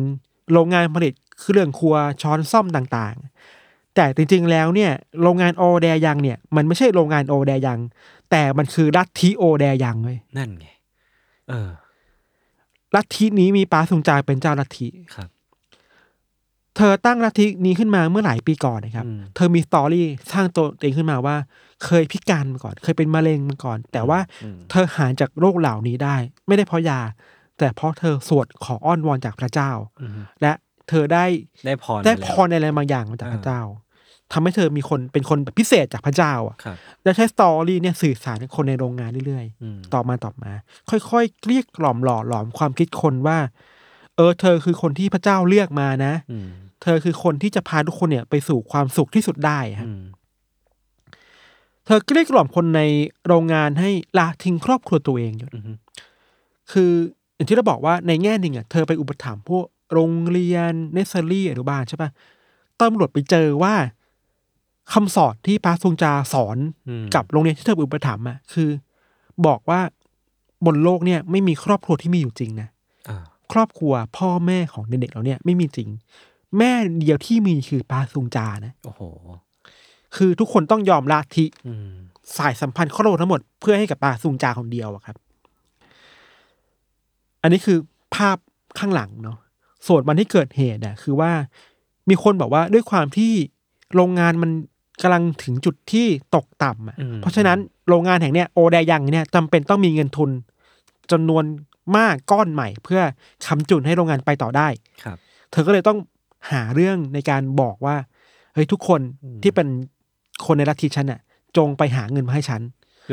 C: โรงงานผลิตเครื่องครัวช้อนซ่อมต่างๆ แต่จริงๆแล้วเนี่ยโรงงานโอแดยังเนี่ยมันไม่ใช่โรงงานโอแดยัง แต่มันคือลัทธิโอแดยังเลย
B: นั่นไง เออ
C: ลัทธินี้มีป้าซุงจางเป็นเจ้าลัทธิ
B: ครับ
C: เธอตั้งลัทธินี้ขึ้นมาเมื่อหลายปีก่อนนะครับ
B: อืม
C: เธอมีสตอรี่สร้างตัวเองขึ้นมาว่า เคยพิการมาก่อน เคยเป็นมะเร็งมาก่อน แต่ว่า
B: อืม
C: เธอหายจากโรคเหล่านี้ได้ ไม่ได้เพราะยา แต่เพราะเธอสวดขออ้อนวอนจากพระเจ้า
B: อืม
C: และเธอได้
B: ได้พร
C: ได้
B: มา
C: พ
B: แล้ว
C: รในอะไรบางอย่างมาจาก
B: อ่า
C: พระเจ้าทำให้เธอมีคนเป็นคนแบบพิเศษจากพระเจ้าอ่ะ
B: ครับ
C: และใช้สตอรี่เนี่ยสื่อสารกับคนในโรงงานเรื่อยๆ
B: อืม
C: ต่อมาต่อมา ค่อยๆเกลี้ยกล่อมหล่อหลอมความคิดคนว่า เออ เธอคือคนที่พระเจ้าเลือกมานะ
B: อืม
C: เธอคือคนที่จะพาทุกคนเนี่ยไปสู่ความสุขที่สุดได้ฮะ
B: อืม
C: เธอเกลี้ยกล่อมคนในโรงงานให้ละทิ้งครอบครัวตัวเองอยู่
B: อืม
C: คืออย่างที่เราบอกว่าในแง่หนึ่งอ่ะเธอไปอุปถัมภ์พวกโรงเรียนเนสเซอรี่อนุบาลใช่ปะตำรวจไปเจอว่าคำสอนที่พระทรงจาสอน
B: อืม
C: กับโรงเรียนที่เธออุปถัมภ์อ่ะคือ บอกว่าบนโลกเนี่ยไม่มีครอบครัวที่มีอยู่จริงนะ
B: อ่า
C: ครอบครัวพ่อแม่ของเด็กๆเราเนี่ยไม่มีจริง แม่เดียวที่มีคือปาซุงจานะ
B: โอ้โห
C: คือทุกคนต้องยอมละทิ
B: อืม
C: สายสัมพันธ์ครอบครัวทั้งหมดเพื่อให้กับปาซุงจาคนเดียวอะครับ อันนี้คือภาพข้างหลังเนาะส่วนวันที่เกิดเหตุอ่ะคือว่ามีคนบอกว่าด้วยความที่โรงงานมันกำลังถึงจุดที่ตกต่ำอ่ะ
B: อืม
C: เพราะฉะนั้นโรงงานแห่งเนี้ยโอแดยังเนี่ยจำเป็นต้องมีเงินทุนจำนวนมากก้อนใหม่ เพื่อค้ำจุนให้โรงงานไปต่อได้
B: ครับ
C: เธอก็เลยต้องหาเรื่องในการบอกว่าเฮ้ยทุกคน
B: อืม
C: ที่เป็นคนในรัฐทีฉันน่ะ จงไปหาเงินมาให้ฉัน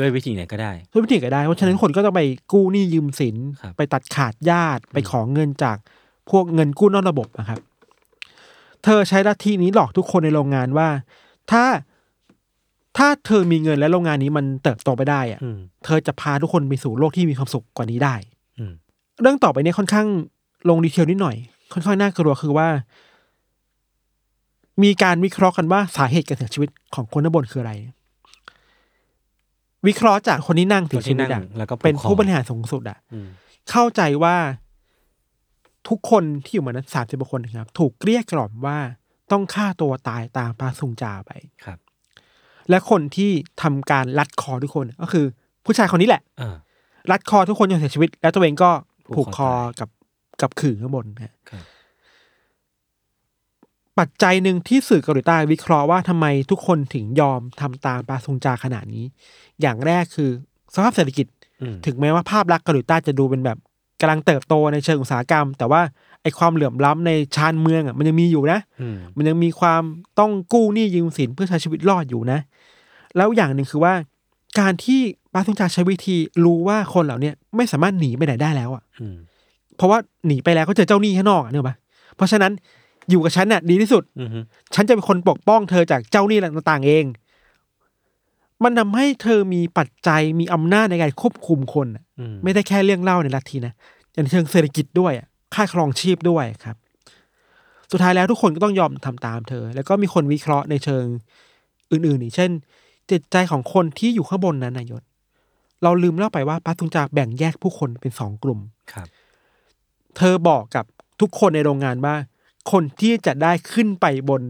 B: ด้วยวิธีไหนก็ได้
C: เพื่อพิถีก็ได้เพราะฉะนั้นคนก็ต้องไปกู้หนี้ยืมสิน
B: ครับ
C: ไปตัดขาดญาติไปขอเงินจากพวกเงินกู้นอกระบบนะครับ เธอใช้ลัทธินี้หลอกทุกคนในโรงงานว่า ถ้าถ้าเธอมีเงินและโรงงานนี้มันเติบโตไปได้อะ
B: อืม
C: เธอจะพาทุกคนไปสู่โลกที่มีความสุขกว่านี้ได้
B: อืม
C: เรื่องต่อไปเนี่ยค่อนข้างลงดีเทลนิดหน่อย ค่อนข้างน่ากลัวคือว่า มีการวิเคราะห์กันว่าสาเหตุการเสียชีวิตของคนด้านบนคืออะไร วิเคราะห์จากคนที่นั่ง
B: ตั
C: ถึ
B: ว
C: ง
B: ที่
C: ชีวิ
B: นั่
C: ต
B: ง
C: อะ
B: แล้วก็
C: เป็นผู้บริ
B: ร
C: หารสูงสุดอะ
B: อืม
C: เข้าใจว่าทุกคนที่อยู่เหมือนนั้นสามสิบกว่าคนนะครับ ถูกเกลี้ยกล่อมว่าต้องฆ่าตัวตายตามพระสุงจาไป
B: ครับ
C: และคนที่ทำการลัดคอทุกคน ก็คือ ผู้ชายคนนี้แหละ
B: อ่า
C: รัดคอทุกคนจนเสียชีวิต แล้วตัวเองก็ผูก
B: ผูก
C: ค
B: คอ
C: อ
B: ตาย
C: กับกับขื่อข้างบนนะฮะ
B: ครับ
C: ปัจจัยหนึ่งที่สื่อเกาหลีใต้วิเคราะห์ว่าทำไมทุกคนถึงยอมทำตามปาซุงจาขนาดนี้ อย่างแรกคือสภาพเศรษฐกิจ
B: อืม
C: ถึงแม้ว่าภาพลักษณ์เกาหลีใต้จะดูเป็นแบบกำลังเติบโตในเชิงอุตสาหกรรม แต่ว่าไอความเหลื่อมล้ำในชานเมืองอ่ะมันยังมีอยู่นะ
B: อืม
C: มันยังมีความต้องกู้หนี้ยืมสินเพื่อใช้ชีวิตรอดอยู่นะ แล้วอย่างหนึ่งคือว่า การที่ปาทุงชาใช้วิธีรู้ว่าคนเหล่าเนี้ยไม่สามารถหนีไปไหนได้แล้วอ่ะ
B: อืม
C: เพราะว่าหนีไปแล้วก็เจอเจ้าหนี้ข้างนอกอะเนี่ยปะเพราะฉะนั้นอยู่กับฉันน่ะดีที่สุด
B: อืม
C: ฉันจะเป็นคนปกป้องเธอจากเจ้าหนี้ต่างๆเอง มันทำให้เธอมีปัจจัยมีอำนาจในการควบคุมคนอะ
B: อืม
C: ไม่ได้แค่เรื่องเล่าในลัทธินะอย่างเชิงเศรษฐกิจด้วยอะค่าครองชีพด้วยครับ สุดท้ายแล้วทุกคนก็ต้องยอมทำตามเธอ แล้วก็มีคนวิเคราะห์ในเชิงอื่นๆอีกเช่น จิตใจของคนที่อยู่ข้างบนนั้นนายศ เราลืมเล่าไปว่าปัตุงจาแบ่งแยกผู้คนเป็นสองกลุ่ม
B: ครับ
C: เธอบอกกับทุกคนในโรงงานว่า คนที่จะได้ขึ้นไปบน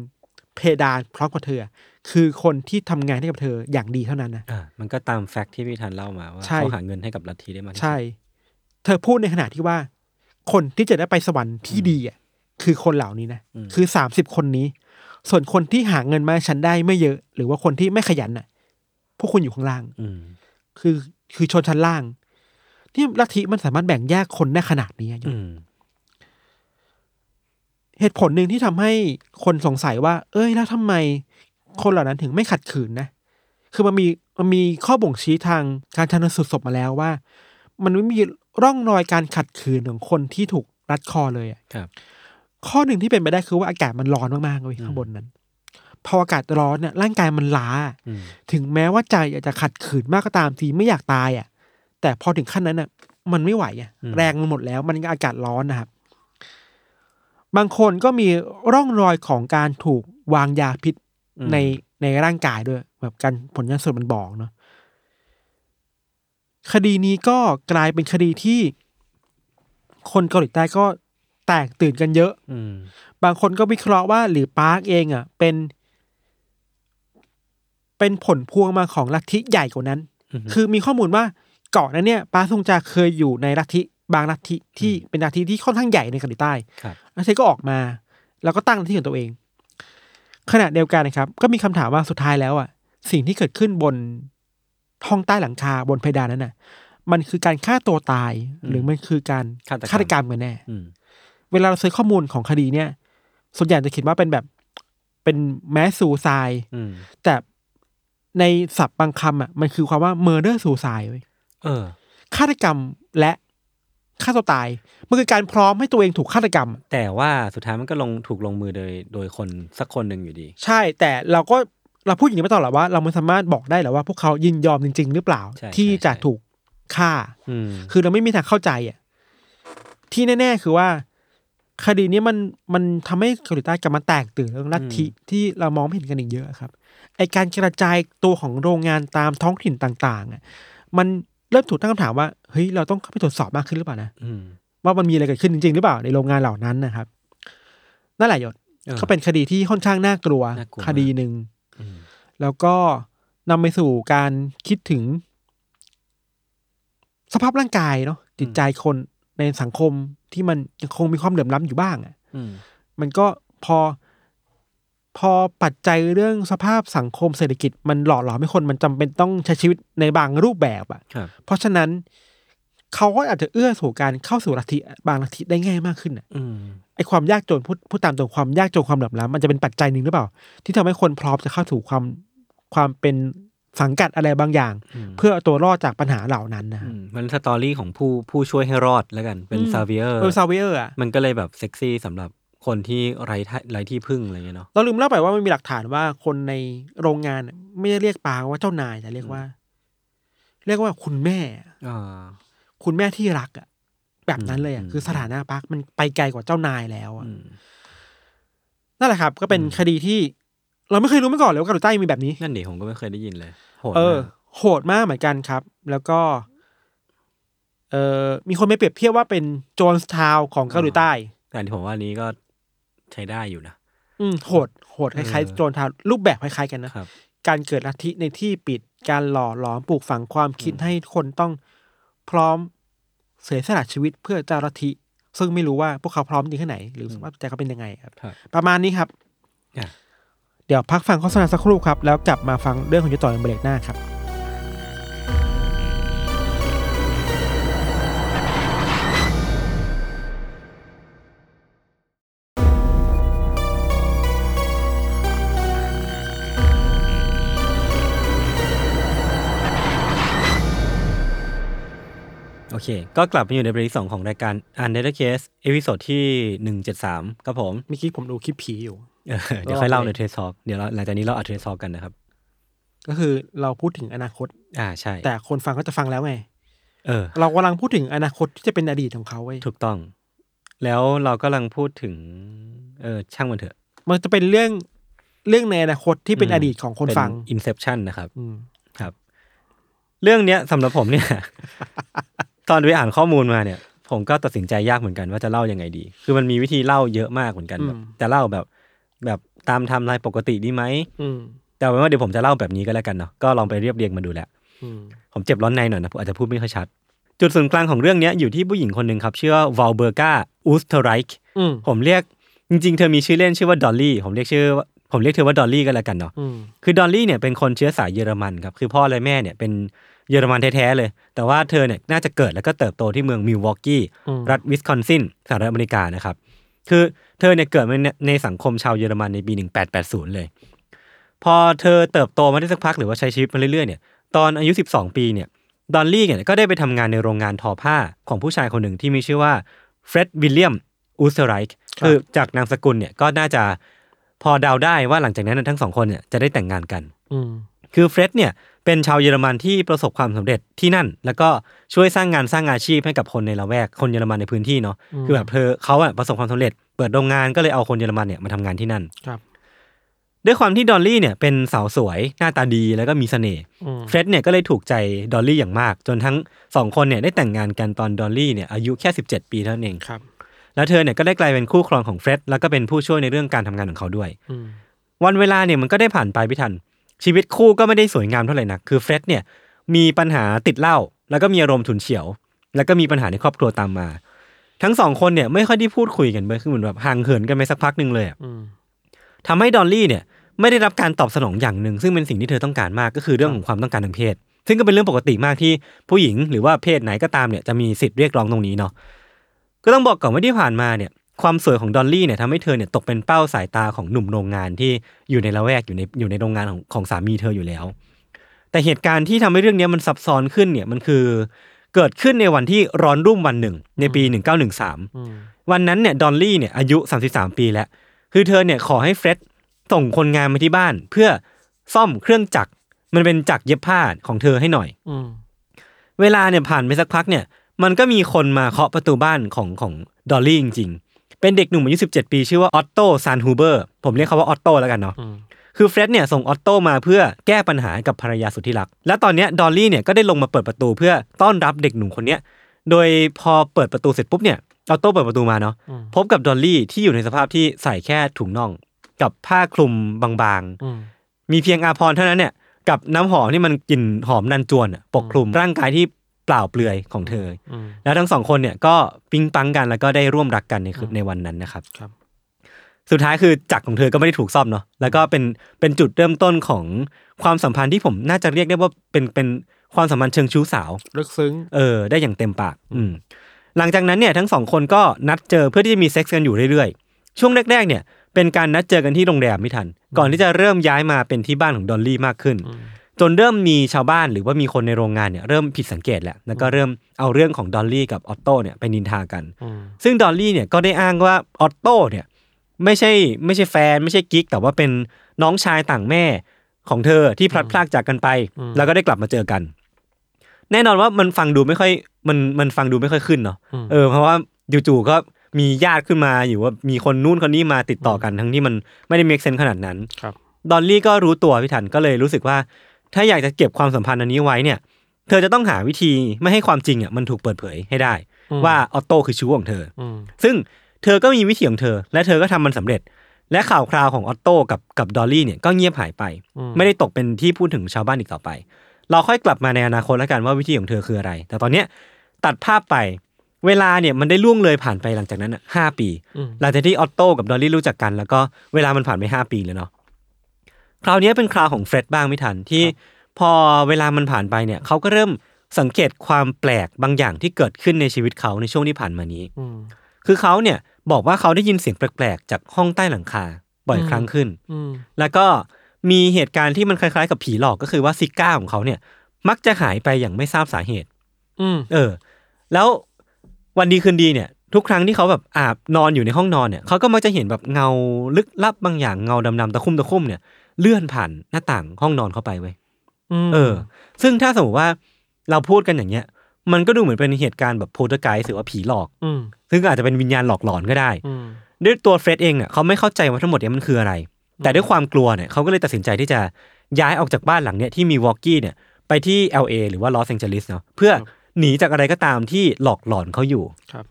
C: เพดานพร้อมกับเธอ คือคนที่ทำงานให้กับเธออย่างดีเท่านั้นนะ
B: อ่า มันก็ตามแฟกต์ที่พี่ทันเล่ามาว่า
C: ใช่
B: เขาหาเงินให้กับลัทธิได้มากที่สุด
C: ใช่ เธอพูดในขณะที่ว่า คนที่จะได้ไปสวรรค์ที่ดีอ่ะคือคนเหล่านี้นะ
B: ม
C: คือสามสิบคนนี้ ส่วนคนที่หาเงินมาให้ฉันได้ไม่เยอะ หรือว่าคนที่ไม่ขยันน่ะ พวกคุณอยู่ข้างล่าง
B: ม
C: คือคือชนชั้นล่าง ที่ลัทธิมันสามารถแบ่งแยกคนได้ขนาดนี้อะ
B: อืม
C: เหตุผลหนึ่งที่ทำให้คนสงสัยว่า เอ้ยแล้วทำไม คนเหล่านั้นถึงไม่ขัดขืนนะ คือมันมีมันมีข้อบ่งชี้ทางการชันสูตรศพมาแล้วว่า มันไม่มีร่องรอยการขัดขืนของคนที่ถูกรัดคอเลยอะ
B: ครับ
C: ข้อหนึ่งที่เป็นไปได้คือว่าอากาศมันร้อนมากๆเลย
B: อืม
C: ข้างบนนั้น พออากาศร้อนเนี่ยร่างกายมันล้า
B: อืม
C: ถึงแม้ว่าใจอยากจะขัดขืนมากก็ตามทีไม่อยากตายอ่ะ แต่พอถึงขั้นนั้นอ่ะ มันไม่ไหวอ่ะ แรงมันหมดแล้ว มันก็อากาศร้อนนะครับ บางคนก็มีร่องรอยของการถูกวางยาพิษ
B: อืม
C: ในในร่างกายด้วย แบบการผลงานสดมันบอกเนาะคดีนี้ก็กลายเป็นคดีที่คนเกาหลีใต้ก็แตกตื่นกันเยอะ
B: อืม
C: บางคนก็วิเคราะห์ว่าหรือปาร์คเองอ่ะเป็น เป็นผลพวงมาของลัทธิใหญ่กว่านั้น
B: อือฮึ
C: คือมีข้อมูลว่าเกาะนั้นเนี่ยปาร์คซงจาเคยอยู่ในลัทธิบางลัทธิที่เป็นลัทธิที่ค่อนข้างใหญ่ในเกาหลีใต้
B: ครับ
C: ลัทธิก็ออกมา แล้วก็ตั้งลัทธิของตัวเอง ขณะเดียวกันนะครับ ก็มีคำถามว่าสุดท้ายแล้วอ่ะ สิ่งที่เกิดขึ้นบนห้องใต้หลังคาบนเพดานนั้นน่ะ มันคือการฆ่าตัวตาย หรือมันคือการ
B: ฆาตกรรม
C: ฆาตกรรมกันแน่
B: อืม
C: เวลาเราซื้อข้อมูลของคดีเนี่ย ส่วนใหญ่จะคิดว่าเป็นแบบเป็นแมสซูซาย
B: อืม
C: แต่ในศัพท์บางคำอ่ะ มันคือความว่าเมอร์เดอร์ซูซายเว้ย
B: เออ
C: ฆาตกรรมและฆ่าตัวตาย มันคือการพร้อมให้ตัวเองถูกฆาตกรรม
B: แต่ว่าสุดท้ายมันก็ลงถูกลงมือโดยโดยคนสักคนหนึ่งอยู่ดี
C: ใช่ แต่เราก็เราพูดอย่างนี้มาตลอดว่า เราไม่สามารถบอกได้หรอกว่าพวกเขายินยอมจริง ๆ หรือเปล่า
B: ใช่
C: ที่
B: ใช่
C: จะ
B: ใช่
C: ถูกฆ่า
B: อืม
C: คือเราไม่มีทางเข้าใจอ่ะ ที่แน่ ๆ คือว่า คดีนี้มันมันทำให้เกาหลีใต้กลับมาแตกตื่นเรื่องลัทธิที่เรามองไม่เห็นกันอีกเยอะครับ ไอการกระจายตัวของโรงงานตามท้องถิ่นต่าง ๆอ่ะมันเริ่มถูกตั้งคำถามว่าเฮ้ยเราต้องเข้าไปตรวจสอบมากขึ้นหรือเปล่านะ
B: อืม
C: ว่ามันมีอะไรเกิดขึ้นจริง ๆ หรือเปล่าในโรงงานเหล่านั้นนะครับนั่นแหละหยศ
B: ออ
C: ก็เป็นคดีที่ค่อนข้างน่ากลัว
B: น่ากลัว
C: คดีหนึ่ง
B: อืม
C: แล้วก็นำไปสู่การคิดถึง สภาพร่างกายเนาะจิตใจคนในสังคมที่มันยังคงมีความเหลื่อมล้ำอยู่บ้างอะ่ะ
B: อืม
C: มันก็พอ พอปัจจัยเรื่องสภาพสังคมเศรษฐกิจมันหล่อหลอมให้คนมันจำเป็นต้องใช้ชีวิตในบางรูปแบบอะ่ะ
B: ครับ
C: เพราะฉะนั้นเขาก็อาจจะเอื้อสู่การเข้าสู่ลัทธิบางลัทธิได้ง่ายมากขึ้นอ่ะ
B: อืม
C: ไอความยากจนพูดพูดตามตรงความยากจนความเหลื่อมล้ำมันจะเป็นปัจจัยหนึ่งหรือเปล่า ที่ทำให้คนพร้อมจะเข้าสู่ความความเป็นสังกัดอะไรบางอย่าง
B: อืม
C: เพื่อเอาตัวรอดจากปัญหาเหล่านั้นนะฮะ
B: อืมมันสตอรี่ของผู้ผู้ช่วยให้รอดแล้วกัน เป็น
C: อืม
B: ซาเวียร์
C: เออซาเวเออร์อะ
B: มันก็เลยแบบเซ็กซี่สำหรับคนที่ไร้ท่าไร้ที่พึ่งอะไรเงี้ยเนาะ
C: เราลืมเล่าไปว่ามันมีหลักฐานว่าคนในโรงงานน่ะไม่ได้เรียกปางว่าเจ้านายแต่เรียกว่า เรียกว่าคุณแม่
B: อ่า
C: คุณแม่ที่รักอะแบบนั้นเลยอะ
B: อืม
C: คือสถานะปาร์คมันไปไกลกว่าเจ้านายแล้วอะ
B: อืม
C: นั่นแหละครับ ก็เป็น
B: อืม
C: คดีที่ เราไม่เคยรู้มาก่อนเลยว่าเกาหลีใต้มีแบบนี้
B: นั่นดิผมก็ไม่เคยได้ยินเลยโหด
C: เออ
B: มาก
C: โหดมากเหมือนกันครับ แล้วก็ เออมีคนไปเปรียบเทียบว่าเป็นโจนส์ทาวน์ของเกาหลีใต้
B: แต่ที่ผมว่านี้ก็ใช้ได้อยู่นะ
C: อืมโหดโหดค
B: เอ
C: ล้าย
B: อ
C: ๆโจรทาวน์รูปแบบคล้ายๆกันนะครับ การเกิดลัทธิในที่ปิดการหล่อหลอมปลูกฝังความคิดให้คนต้องพร้อมเสียสละชีวิตเพื่อเจ้าลัทธิ ซึ่งไม่รู้ว่าพวกเขาพร้อมดีแค่ไหน หรือสภาพใจเขาเป็นยังไงครับ
B: ครับ
C: ประมาณนี้ครับ
B: อ่ะ
C: เดี๋ยวพักฟังโฆษณาสักครู่ครับ แล้วกลับมาฟังเรื่องของยุทธต่อในเบรกหน้าครับ
B: โอเค ก็กลับมาอยู่ในเบรกที่สองของรายการอันเดอร์เคสเอพิโซดที่หนึ่งเจ็ดสามครับผม
C: เมื่อกี้ผมดูคลิปผีอยู่
B: เออเดี๋ยวค่อยเล่าในเทสซอกเดี๋ยวเราหลังจากนี้เราอัดเทสซอกกันนะครับ
C: ก็คือเราพูดถึงอนาคต
B: อ่าใช่
C: แต่คนฟังก็จะฟังแล้วไง
B: เออ
C: เรากำลังพูดถึงอนาคตที่จะเป็นอดีตของเขาเว้ย
B: ถูกต้อง แล้วเรากำลังพูดถึง เออช่างมันเถอะ
C: มันจะเป็นเรื่องเรื่องในอนาคตที่เป็นอดีตของคนฟัง
B: อินเซ t ชัน Inception นะครับ
C: อืม
B: ครับ เรื่องเนี้ยสำหรับผมเนี่ย ตอนไปอ่านข้อมูลมาเนี่ย ผมก็ตัดสินใจยากเหมือนกันว่าจะเล่ายังไงดี คือมันมีวิธีเล่าเยอะมากเหมือนกัน
C: อืม
B: แบบจะเล่าแบบแบบตามไทำลายปกติดีไหม
C: อืม
B: แต่เอาเป็นว่าเดี๋ยวผมจะเล่าแบบนี้ก็แล้วกันเนาะก็ลองไปเรียบเรียงมาดูแหละ
C: อืม
B: ผมเจ็บร้อนในหน่อยนะผมอาจจะพูดไม่ค่อยชัด จุดศูนย์กลางของเรื่องเนี้ยอยู่ที่ผู้หญิงคนหนึ่งครับ ชื่อว่าวอลเบอร์กาอูสเทอไรค์
C: อืม
B: ผมเรียกจริง ๆ เธอมีชื่อเล่นชื่อว่าดอลลี่ ผมเรียกชื่อว่าผมเรียกเธอว่าดอลลี่ก็แล้วกันเนาะ
C: อืม
B: คือดอลลี่เนี่ยเป็นคนเชื้อสายเยอรมันครับ คือพ่อและแม่เนี่ยเป็นเยอรมันแท้ ๆ เลย แต่ว่าเธอเนี่ยน่าจะเกิดแล้วก็เติบโตที่เมืองมิลวอกกี้
C: อืม
B: รัฐวิสคอนซินสหรัฐอเมริกานะครับ คือเธอเนี่ยเกิดมาในในสังคมชาวเยอรมันในปี 1880 เลย พอเธอเติบโตมาได้สักพักหรือว่าใช้ชีวิตมาเรื่อยๆเนี่ย ตอนอายุ 12 ปีเนี่ย ดอลลี่เนี่ยก็ได้ไปทำงานในโรงงานทอผ้าของผู้ชายคนหนึ่งที่มีชื่อว่าเฟร็ดวิลเลียมอูสเทอไรค์คือจากนามสกุลเนี่ยก็น่าจะพอเดาได้ว่าหลังจากนั้นนะทั้งสองคนเนี่ยจะได้แต่งงานกัน
C: อืม
B: คือเฟร็ดเนี่ยเป็นชาวเยอรมันที่ประสบความสำเร็จที่นั่น แล้วก็ช่วยสร้างงานสร้างอาชีพให้กับคนในละแวกคนเยอรมันในพื้นที่เนาะคือแบบเธอเขาอะประสบความสำเร็จ เปิดโรงงานก็เลยเอาคนเยอรมันเนี่ยมาทำงานที่นั่น
C: ครับ
B: ด้วยความที่ดอลลี่เนี่ยเป็นสาวสวยหน้าตาดีแล้วก็มีเสน่ห์
C: อืม
B: เฟร็ดเนี่ยก็เลยถูกใจดอลลี่อย่างมาก จนทั้งสองคนเนี่ยได้แต่งงานกันตอนดอลลี่เนี่ยอายุแค่ 17 ปีเท่านั้นเอง
C: ครับ
B: แล้วเธอเนี่ยก็ได้กลายเป็นคู่ครองของเฟร็ดแล้วก็เป็นผู้ช่วยในเรื่องการทำงานของเขาด้วย
C: อืม
B: วันเวลาเนี่ยมันก็ได้ผ่านไปพี่ทัน ชีวิตคู่ก็ไม่ได้สวยงามเท่าไหร่นักคือเฟร็ดเนี่ยมีปัญหาติดเหล้าแล้วก็มีอารมณ์ฉุนเฉียว แล้วก็มีปัญหาในครอบครัวตามมา ทั้งสองคนเนี่ยไม่ค่อยได้พูดคุยกันเลยคือเหมือนแบบห่างเหินกันไปสักพักหนึ่งเลยอะ
C: อืม
B: ทำให้ดอลลี่เนี่ยไม่ได้รับการตอบสนองอย่างหนึ่ง ซึ่งเป็นสิ่งที่เธอต้องการมากก็คือเรื่องของความต้องการทางเพศ ซึ่งก็เป็นเรื่องปกติมากที่ผู้หญิงหรือว่าเพศไหนก็ตามเนี่ยจะมีสิทธิ์เรียกร้องตรงนี้เนาะก็ต้องบอกก่อนว่าที่ผ่านมาเนี่ยความสวยของดอลลี่เนี่ยทำให้เธอเนี่ยตกเป็นเป้าสายตาของหนุ่มโรงงานที่อยู่ในละแวกอยู่ในอยู่ในโรงงานของของสามีเธออยู่แล้ว แต่เหตุการณ์ที่ทำให้เรื่องเนี้ยมันซับซ้อนขึ้นเนี่ยมันคือ เกิดขึ้นในวันที่ร้อนรุ่มวันหนึ่งในปี 1913
C: อืม
B: วันนั้นเนี่ยดอลลี่เนี่ยอายุ 33 ปีแล้ว คือเธอเนี่ยขอให้เฟร็ดส่งคนงานมาที่บ้าน เพื่อซ่อมเครื่องจักรมันเป็นจักรเย็บผ้าของเธอให้หน่อย
C: อืม
B: เวลาเนี่ยผ่านไปสักพักเนี่ย มันก็มีคนมาเคาะประตูบ้านของของดอลลี่จริง ๆ เป็นเด็กหนุ่มอายุ 17 ปีชื่อว่าออตโตซานฮูเบอร์ผมเรียกเขาว่าออตโตแล้วกันเนาะ
C: อืม
B: คือเฟร็ดเนี่ยส่งออตโตมาเพื่อแก้ปัญหาให้กับภรรยาสุดที่รัก และตอนเนี้ยดอลลี่เนี่ยก็ได้ลงมาเปิดประตูเพื่อต้อนรับเด็กหนุ่มคนเนี้ย โดยพอเปิดประตูเสร็จปุ๊บเนี่ยออตโตเปิดประตูมาเนาะ
C: อืม
B: พบกับดอลลี่ที่อยู่ในสภาพที่ใส่แค่ถุงน่อง กับผ้าคลุมบาง
C: อืม
B: ๆ มีเพียงอาพรณ์เท่านั้นเนี่ย กับน้ำหอมที่มันกลิ่นหอมนันจวนอะปกคลุมร่างกายที่เปล่าเปลือยของเธอ
C: อืม
B: แล้วทั้งสองคนเนี่ยก็ปิ๊งปังกันแล้วก็ได้ร่วมรักกันในคืนในวันนั้นนะครับ
C: ครับ
B: สุดท้ายคือจักรของเธอก็ไม่ได้ถูกซ่อมเนาะ แล้วก็เป็นเป็นจุดเริ่มต้นของความสัมพันธ์ที่ผมน่าจะเรียกได้ว่าเป็นเป็นความสัมพันธ์เชิงชู้สาว
C: ลึกซึ้ง
B: เออได้อย่างเต็มปาก อืม หลังจากนั้นเนี่ยทั้งสองคนก็นัดเจอเพื่อที่จะมีเซ็กซ์กันอยู่เรื่อยๆ ช่วงแรก ๆ เนี่ย เป็นการนัดเจอกันที่โรงแรมไม่ทัน ก่อนที่จะเริ่มย้ายมาเป็นที่บ้านของดอลลี่มากขึ้น จนเริ่มมีชาวบ้านหรือว่ามีคนในโรงงานเนี่ยเริ่มผิดสังเกตแหละแล้วก็เริ่มเอาเรื่องของดอลลี่กับออตโต้เนี่ยไปนินทากัน
C: อืม
B: ซึ่งดอลลี่เนี่ยก็ได้อ้างว่าออตโต้เนี่ยไม่ใช่ไม่ใช่แฟน ไม่ใช่กิ๊กแต่ว่าเป็นน้องชายต่างแม่ของเธอที่พลัดพรากจากกันไป
C: อืม
B: แล้วก็ได้กลับมาเจอกัน แน่นอนว่ามันฟังดูไม่ค่อยมันมันฟังดูไม่ค่อยขึ้นเนาะ
C: อืม
B: เออเพราะว่าจู่ๆก็มีญาติขึ้นมาอยู่ว่ามีคนนู่นคนนี้มาติดต่อกันทั้งที่มันไม่ได้เมคเซนขนาดนั้น
C: ครับ
B: ดอลลี่ก็รู้ตัวพี่ทันก็เลยรู้สึกว่า ถ้าอยากจะเก็บความสัมพันธ์อันนี้ไว้เนี่ย เธอจะต้องหาวิธีไม่ให้ความจริงอ่ะมันถูกเปิดเผยให้ได้
C: อืม
B: ว่าออตโต้คือชู้ของเธอ
C: อืม
B: ซึ่งเธอก็มีวิธีของเธอ และเธอก็ทำมันสำเร็จ และข่าวคราวของออตโต้กับกับดอลลี่เนี่ยก็เงียบหายไป
C: อืม
B: ไม่ได้ตกเป็นที่พูดถึงชาวบ้านอีกต่อไป เราค่อยกลับมาในอนาคตแล้วกันว่าวิธีของเธอคืออะไร แต่ตอนเนี้ยตัดภาพไป เวลาเนี่ยมันได้ล่วงเลยผ่านไปหลังจากนั้นอะห้าปี
C: อืม
B: หลังจากที่ออตโต้กับดอลลี่รู้จักกันแล้วก็เวลามันผ่านไปห้าปีแล้วเนาะคราวนี้เป็นคราวของเฟร็ดบ้างไม่ทันที่ พอเวลามันผ่านไปเนี่ยเขาก็เริ่มสังเกตความแปลกบางอย่างที่เกิดขึ้นในชีวิตเขาในช่วงที่ผ่านมานี้
C: อืม
B: คือเขาเนี่ยบอกว่าเขาได้ยินเสียงแปลกๆ จากห้องใต้หลังคาบ่อย
C: อืม
B: ครั้งขึ้น
C: อืม
B: แล้วก็มีเหตุการณ์ที่มันคล้ายๆ กับผีหลอกก็คือว่าซิก้าของเขาเนี่ยมักจะหายไปอย่างไม่ทราบสาเหตุ
C: อืม
B: เออ แล้ววันดีคืนดีเนี่ย ทุกครั้งที่เขาแบบอาบนอนอยู่ในห้องนอนเนี่ยเขาก็มักจะเห็นแบบเงาลึกลับบางอย่างเงาดำๆตะคุ่มตะคุ่มเนี่ยเลื่อนผ่านหน้าต่างห้องนอนเข้าไปเว้ย เออ ซึ่งถ้าสมมติว่าเราพูดกันอย่างเงี้ย มันก็ดูเหมือนเป็นเหตุการณ์แบบโพเทอร์ไกส์หรือว่าผีหลอก
C: อืม
B: ซึ่งอาจจะเป็นวิญญาณหลอกหลอนก็ได้
C: อืม
B: ด้วยตัวเฟร็ดเองเนี่ยเขาไม่เข้าใจว่าทั้งหมดเนี่ยมันคืออะไร แต่ด้วยความกลัวเนี่ยเขาก็เลยตัดสินใจที่จะย้ายออกจากบ้านหลังเนี่ยที่มีวอกกี้เนี่ยไปที่ LA หรือว่าลอสแองเจลิสเนาะเพื่อหนีจากอะไรก็ตามที่หลอกหลอนเขาอยู่
C: ครับ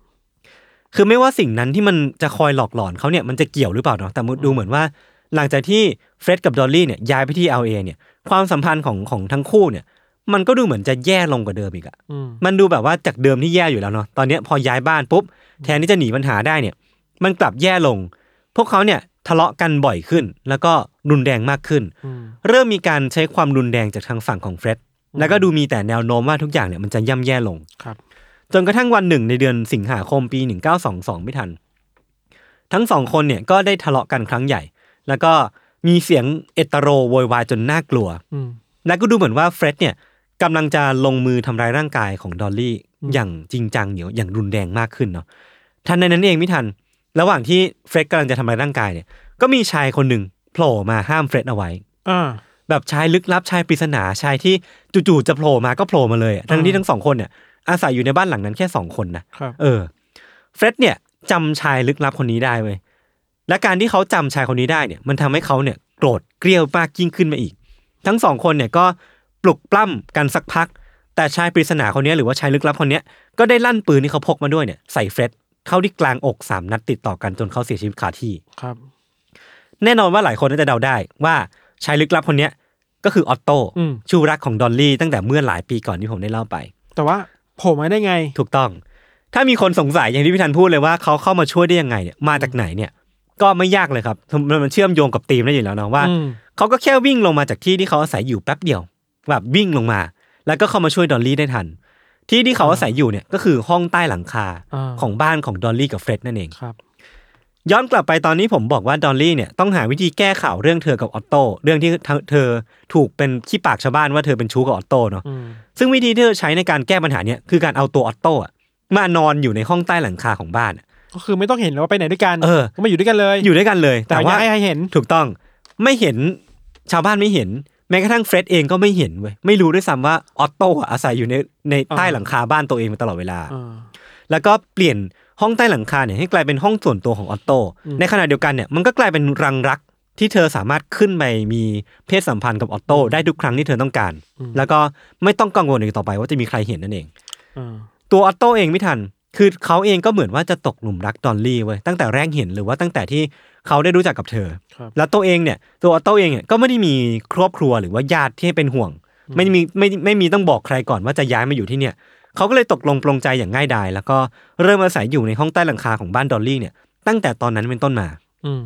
B: คือไม่ว่าสิ่งนั้นที่มันจะคอยหลอกหลอนเขาเนี่ยมันจะเกี่ยวหรือเปล่าเนาะแต่ดูเหมือนว่า หลังจากที่เฟร็ดกับดอลลี่เนี่ยย้ายไปที่ LA เนี่ยความสัมพันธ์ของของทั้งคู่เนี่ยมันก็ดูเหมือนจะแย่ลงกว่าเดิมอีกอะ
C: อืม
B: มันดูแบบว่าจากเดิมที่แย่อยู่แล้วเนาะ ตอนเนี้ยพอย้ายบ้านปุ๊บ แทนที่จะหนีปัญหาได้เนี่ย มันกลับแย่ลง พวกเขาเนี่ยทะเลาะกันบ่อยขึ้น แล้วก็รุนแรงมากขึ้น
C: อืม
B: เริ่มมีการใช้ความรุนแรงจากทางฝั่งของเฟร็ด แล้วก็ดูมีแต่แนวโน้มว่าทุกอย่างเนี่ยมันจะย่ำแย่ลง
C: ครับ
B: จนกระทั่งวันหนึ่งในเดือนสิงหาคมปี 1922 ไม่ทัน ทั้งสองคนเนี่ยก็ได้ทะเลาะกันครั้งใหญ่ แล้วก็มีเสียงเอตโรโวยวายจนน่ากลัว
C: อืม
B: และก็ดูเหมือนว่าเฟร็ดเนี่ยกำลังจะลงมือทำร้ายร่างกายของดอลลี่
C: อืม
B: อย่างจริงจังเหนียวอย่างรุนแรงมากขึ้นเนาะทันในนั้นเองไม่ทัน ระหว่างที่เฟร็ดกำลังจะทำร้ายร่างกายเนี่ยก็มีชายคนหนึ่งโผล่มาห้ามเฟร็ดเอาไว้
C: อ่า
B: แบบชายลึกลับชายปริศนาชายที่จู่ๆจะโผล่มาก็โผล่มาเลยอะทั้งที่ทั้งสองคนเนี่ยอาศัยอยู่ในบ้านหลังนั้นแค่สองคนนะครับ เออเฟร็ดเนี่ยจำชายลึกลับคนนี้ได้เว้ยและการที่เขาจำชายคนนี้ได้เนี่ย มันทำให้เขาเนี่ย โกรธเกรี้ยวมากยิ่งขึ้นมาอีก ทั้งสองคนเนี่ยก็ปลุกปล้ำกันสักพัก แต่ชายปริศนาคนเนี้ยหรือว่าชายลึกลับคนเนี้ยก็ได้ลั่นปืนที่เขาพกมาด้วยเนี่ยใส่เฟร็ดเข้าที่กลางอกสามนัดติดต่อกันจนเขาเสียชีวิตคาที่
C: ครับ
B: แน่นอนว่าหลายคนน่าจะเดาได้ว่าชายลึกลับคนเนี้ยก็คือออตโต้
C: อืม
B: ชูรักของดอลลี่ตั้งแต่เมื่อหลายปีก่อนที่ผมได้เล่าไป
C: แต่ว่าโผล่มาได้ไง
B: ถูกต้อง ถ้ามีคนสงสัยอย่างที่พี่ธันพูดเลยว่าเขาเข้ามาช่วยได้ยังไงเนี่ยมาจากไหนเนี่ย ก็ไม่ยากเลยครับมันมันเชื่อมโยงกับธีมได้อยู่แล้วเนาะว่า
C: อืม
B: เขาก็แค่วิ่งลงมาจากที่ที่เขาอาศัยอยู่แป๊บเดียว แบบวิ่งลงมา แล้วก็เข้ามาช่วยดอลลี่ได้ทัน ที่ที่เขาอาศัยอยู่เนี่ยก็คือห้องใต้หลังคา
C: อ่า
B: ของบ้านของดอลลี่กับเฟร็ดนั่นเอง
C: ครับ
B: ย้อนกลับไปตอนนี้ผมบอกว่าดอลลี่เนี่ยต้องหาวิธีแก้ข่าวเรื่องเธอกับออตโต้เรื่องที่เธอเธอถูกเป็นขี้ปากชาวบ้านว่าเธอเป็นชู้กับออตโต้เนาะ
C: อืม
B: ซึ่งวิธีที่เธอใช้ในการแก้ปัญหาเนี่ยคือการเอาตัวออตโต้อะมานอนอยู่ในห้องใต้หลังคาของบ้านอะ
C: ก็คือไม่ต้องเห็นแล้วว่าไปไหนด้วยกัน
B: เออ
C: ก็มาอยู่ด้วยกันเลย
B: อยู่ด้วยกันเลย
C: แต่
B: แต่
C: ว่า
B: ว่า
C: ให้เห็น
B: ถูกต้องไม่เห็นชาวบ้านไม่เห็น แม้กระทั่งเฟร็ดเองก็ไม่เห็นเว้ยไม่รู้ด้วยซ้ำว่าออตโต้อะอาศัยอยู่ในในใต้
C: อ่า
B: หลังคาบ้านตัวเองมาตลอดเวลา
C: อ่า
B: แล้วก็เปลี่ยนห้องใต้หลังคาเนี่ยให้กลายเป็นห้องส่วนตัวของออตโต้
C: อืม
B: ในขณะเดียวกันเนี่ยมันก็กลายเป็นรังรักที่เธอสามารถขึ้นไปมีเพศสัมพันธ์กับออตโต้ได้ทุกครั้งที่เธอต้องการ แล้วก็ไม่ต้องกังวลอีกต่อไปว่าจะมีใครเห็นนั่นเอง
C: อ่า
B: ตัวออตโต้เองไม่ทัน คือเขาเองก็เหมือนว่าจะตกหลุมรักดอลลี่เว้ยตั้งแต่แรกเห็นหรือว่าตั้งแต่ที่เขาได้รู้จักกับเธอ
C: ครับ
B: แล้วตัวเองเนี่ยตัวออตโต้เองเนี่ยก็ไม่ได้มีครอบครัวหรือว่าญาติที่ให้เป็นห่วง ไม่มีไม่ไม่มีต้องบอกใครก่อนว่าจะย้ายมาอยู่ที่เนี่ยเขาก็เลยตกลงปลงใจอย่างง่ายดาย แล้วก็เริ่มอาศัยอยู่ในห้องใต้หลังคาของบ้านดอลลี่เนี่ยตั้งแต่ตอนนั้นเป็นต้นมา
C: อืม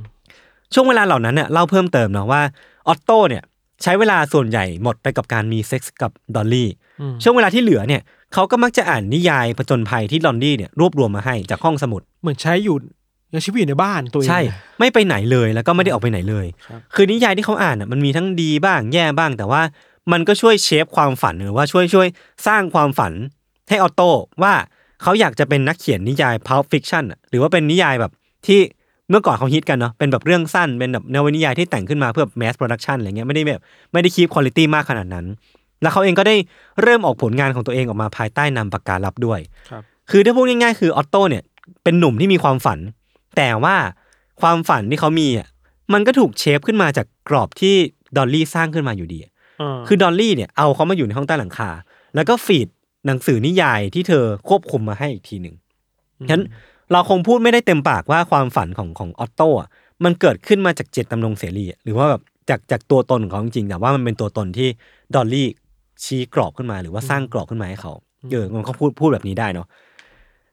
B: ช่วงเวลาเหล่านั้นเนี่ยเล่าเพิ่มเติมเนาะว่าออตโต้เนี่ยใช้เวลาส่วนใหญ่หมดไปกับการมีเซ็กส์กับดอลลี่
C: อืม
B: ช่วงเวลาที่เหลือเนี่ยเขาก็มักจะอ่านนิยายผจญภัยที่ดอลลี่เนี่ยรวบรวมมาให้จากห้องสมุด
C: เหมือนใช้อยู่ยังชีวิตอยู่ในบ้านตัวเอง
B: ใช่ ไม่ไปไหนเลยแล้วก็ไม่ได้ออกไปไหนเลย
C: ครับ
B: คือนิยายที่เขาอ่านน่ะมันมีทั้งดีบ้างแย่บ้าง แต่ว่ามันก็ช่วยเชฟความฝันหรือว่าช่วยช่วยสร้างความฝันให้ออโต้ว่าเขาอยากจะเป็นนักเขียนนิยายพาวฟิคชั่นหรือว่าเป็นนิยายแบบที่เมื่อก่อนเขาฮิตกันเนาะเป็นแบบเรื่องสั้นเป็นแบบนวนิยายที่แต่งขึ้นมาเพื่อแมสโปรดักชันอะไรเงี้ยไม่ได้แบบไม่ได้คีบคุณภาพมากขนาดนั้น แล้วเขาเองก็ได้เริ่มออกผลงานของตัวเองออกมาภายใต้นามปากกาลับด้วย
C: ครับ
B: คือถ้าพูดง่ายๆคือออโต้เนี่ยเป็นหนุ่มที่มีความฝัน แต่ว่าความฝันที่เขามีอ่ะมันก็ถูกเชฟขึ้นมาจากกรอบที่ดอลลี่สร้างขึ้นมาอยู่ดีอะคือดอลลี่เนี่ยเอาเขามาอยู่ในห้องใต้หลังคา แล้วก็ฟีดหนังสือนิยายที่เธอควบคุมมาให้อีกทีหนึ่งฉะนั้นเราคงพูดไม่ได้เต็มปากว่าความฝันของของออโต้อะมันเกิดขึ้นมาจากเจตจำนงเสรีอะหรือว่าแบบจากจากตัวตนของเขาจริงๆแต่ว่ามันเป็นตัวตนที่ดอลลี่ชี้กรอบขึ้นมา หรือว่าสร้างกรอบขึ้นมาให้เขาเออมันเขาพูดพูดแบบนี้ได้เนาะ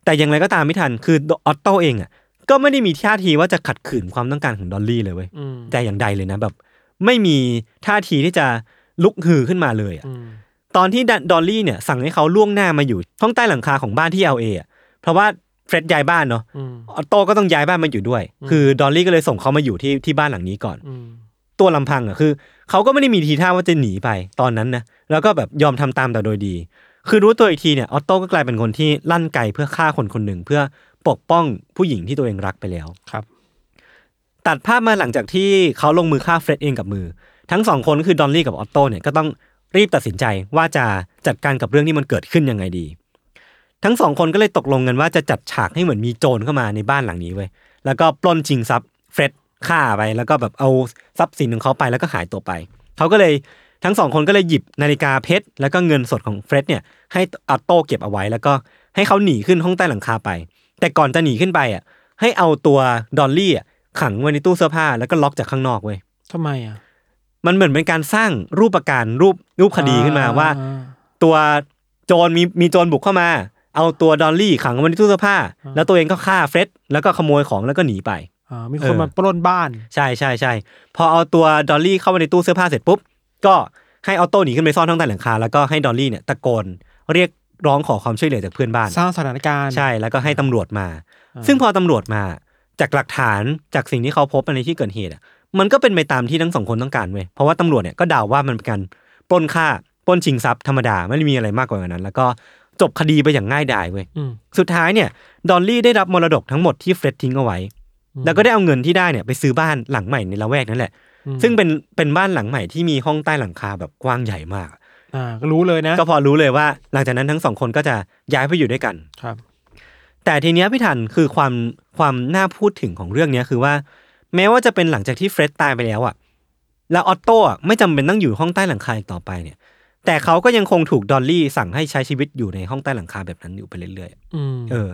B: แต่อย่างไรก็ตามไม่ทัน คือออตโตเองอ่ะก็ไม่ได้มีท่าทีว่าจะขัดขืนความต้องการของดอลลี่เลยเว้ย
C: อืม
B: แต่อย่างใดเลยนะแบบ ไม่มีท่าทีที่จะลุกฮือขึ้นมาเลยอะ
C: อืม
B: ตอนที่ดดอลลี่เนี่ยสั่งให้เขาล่วงหน้ามาอยู่ห้องใต้หลังคาของบ้านที่เอลเอะเพราะว่าเฟร็ดย้ายบ้านเนาะ
C: อืม
B: ออตโตก็ต้องย้ายบ้านมาอยู่ด้วย คือดอลลี่ก็เลยส่งเขามาอยู่ที่ที่บ้านหลังนี้ก่อน
C: อืม
B: ตัวลำพังอ่ะคือเขาก็ไม่ได้มีทีท่าว่าจะหนีไปตอนนั้นนะแล้วก็แบบยอมทำตามแต่โดยดี คือรู้ตัวอีกทีเนี่ยออตโต้ก็กลายเป็นคนที่ลั่นไกเพื่อฆ่าคนคนหนึ่งเพื่อปกป้องผู้หญิงที่ตัวเองรักไปแล้ว
C: ครับ
B: ตัดภาพมาหลังจากที่เขาลงมือฆ่าเฟร็ดเองกับมือ ทั้งสองคนก็คือดอลลี่กับออตโต้เนี่ยก็ต้องรีบตัดสินใจว่าจะจัดการกับเรื่องที่มันเกิดขึ้นยังไงดี ทั้งสองคนก็เลยตกลงกันว่าจะจัดฉากให้เหมือนมีโจรเข้ามาในบ้านหลังนี้เว้ยแล้วก็ปล้นชิงทรัพย์เฟร็ดฆ่าไปแล้วก็แบบเอาทรัพย์สินของเขาไปแล้วก็หายตัวไป เขาก็เลยทั้งสองคนก็เลยหยิบนาฬิกาเพชรแล้วก็เงินสดของเฟร็ดเนี่ยให้ออตโต้เก็บเอาไว้ แล้วก็ให้เขาหนีขึ้นห้องใต้หลังคาไป แต่ก่อนจะหนีขึ้นไปอ่ะ ให้เอาตัวดอลลี่อ่ะขังไว้ในตู้เสื้อผ้าแล้วก็ล็อกจากข้างนอกเว้ย
C: ทำไมอ่ะ
B: มันเหมือนเป็นการสร้างรูปประการรูปรูปคดีขึ้นมาว่า ตัวโจรมีมีโจรบุกเข้ามา เอาตัวดอลลี่ขังไว้ในตู้เสื้อผ้า แล้วตัวเองก็ฆ่าเฟร็ดแล้วก็ขโมยของแล้วก็หนีไป
C: อ่ามีคนมาปล้นบ้าน
B: ใช่ใช่ใช่พอเอาตัวดอลลี่เข้าไปในตู้เสื้อผ้าเสร็จปุ๊บ ก็ให้ออโต้หนีขึ้นไปซ่อนท้องใต้หลังคา แล้วก็ให้ดอลลี่เนี่ยตะโกนเรียกร้องขอความช่วยเหลือจากเพื่อนบ้าน
C: สร้างสถานการณ์
B: ใช่แล้วก็ให้ตำรวจมา ซึ่งพอตำรวจมาจากหลักฐานจากสิ่งที่เขาพบในที่เกิดเหตุอะมันก็เป็นไปตามที่ทั้งสองคนต้องการเว้ยเพราะว่าตำรวจเนี่ยก็เดาว่ามันเป็นการปล้นฆ่าปล้นชิงทรัพย์ธรรมดาไม่ได้มีอะไรมากกว่านั้น แล้วก็จบคดีไปอย่างง่ายดายเว้ย
C: อืม
B: สุดท้ายเนี่ยดอลลี่ได้รับมรดกทั้งหมดที่เฟร็ดทิ้งเอาไว้ แล้วก็ได้เอาเงินที่ได้เนี่ยไปซื้อบ้านหลังใหม่ในละแวกนั่นแหละ ซึ่งเป็นเป็นบ้านหลังใหม่ที่มีห้องใต้หลังคาแบบกว้างใหญ่มาก
C: อ่าก็รู้เลยนะ
B: ก็พอรู้เลยว่า หลังจากนั้นทั้งสองคนก็จะย้ายไปอยู่ด้วยกัน
C: ครับ
B: แต่ทีเนี้ยพี่ทันคือความความน่าพูดถึงของเรื่องเนี้ยคือว่า แม้ว่าจะเป็นหลังจากที่เฟร็ดตายไปแล้วอ่ะ แล้วออตโต้อะไม่จำเป็นต้องอยู่ห้องใต้หลังคาอีกต่อไปเนี่ย แต่เขาก็ยังคงถูกดอลลี่สั่งให้ใช้ชีวิตอยู่ในห้องใต้หลังคาแบบนั้นอยู่ไปเรื่อยๆ
C: อืม
B: เออ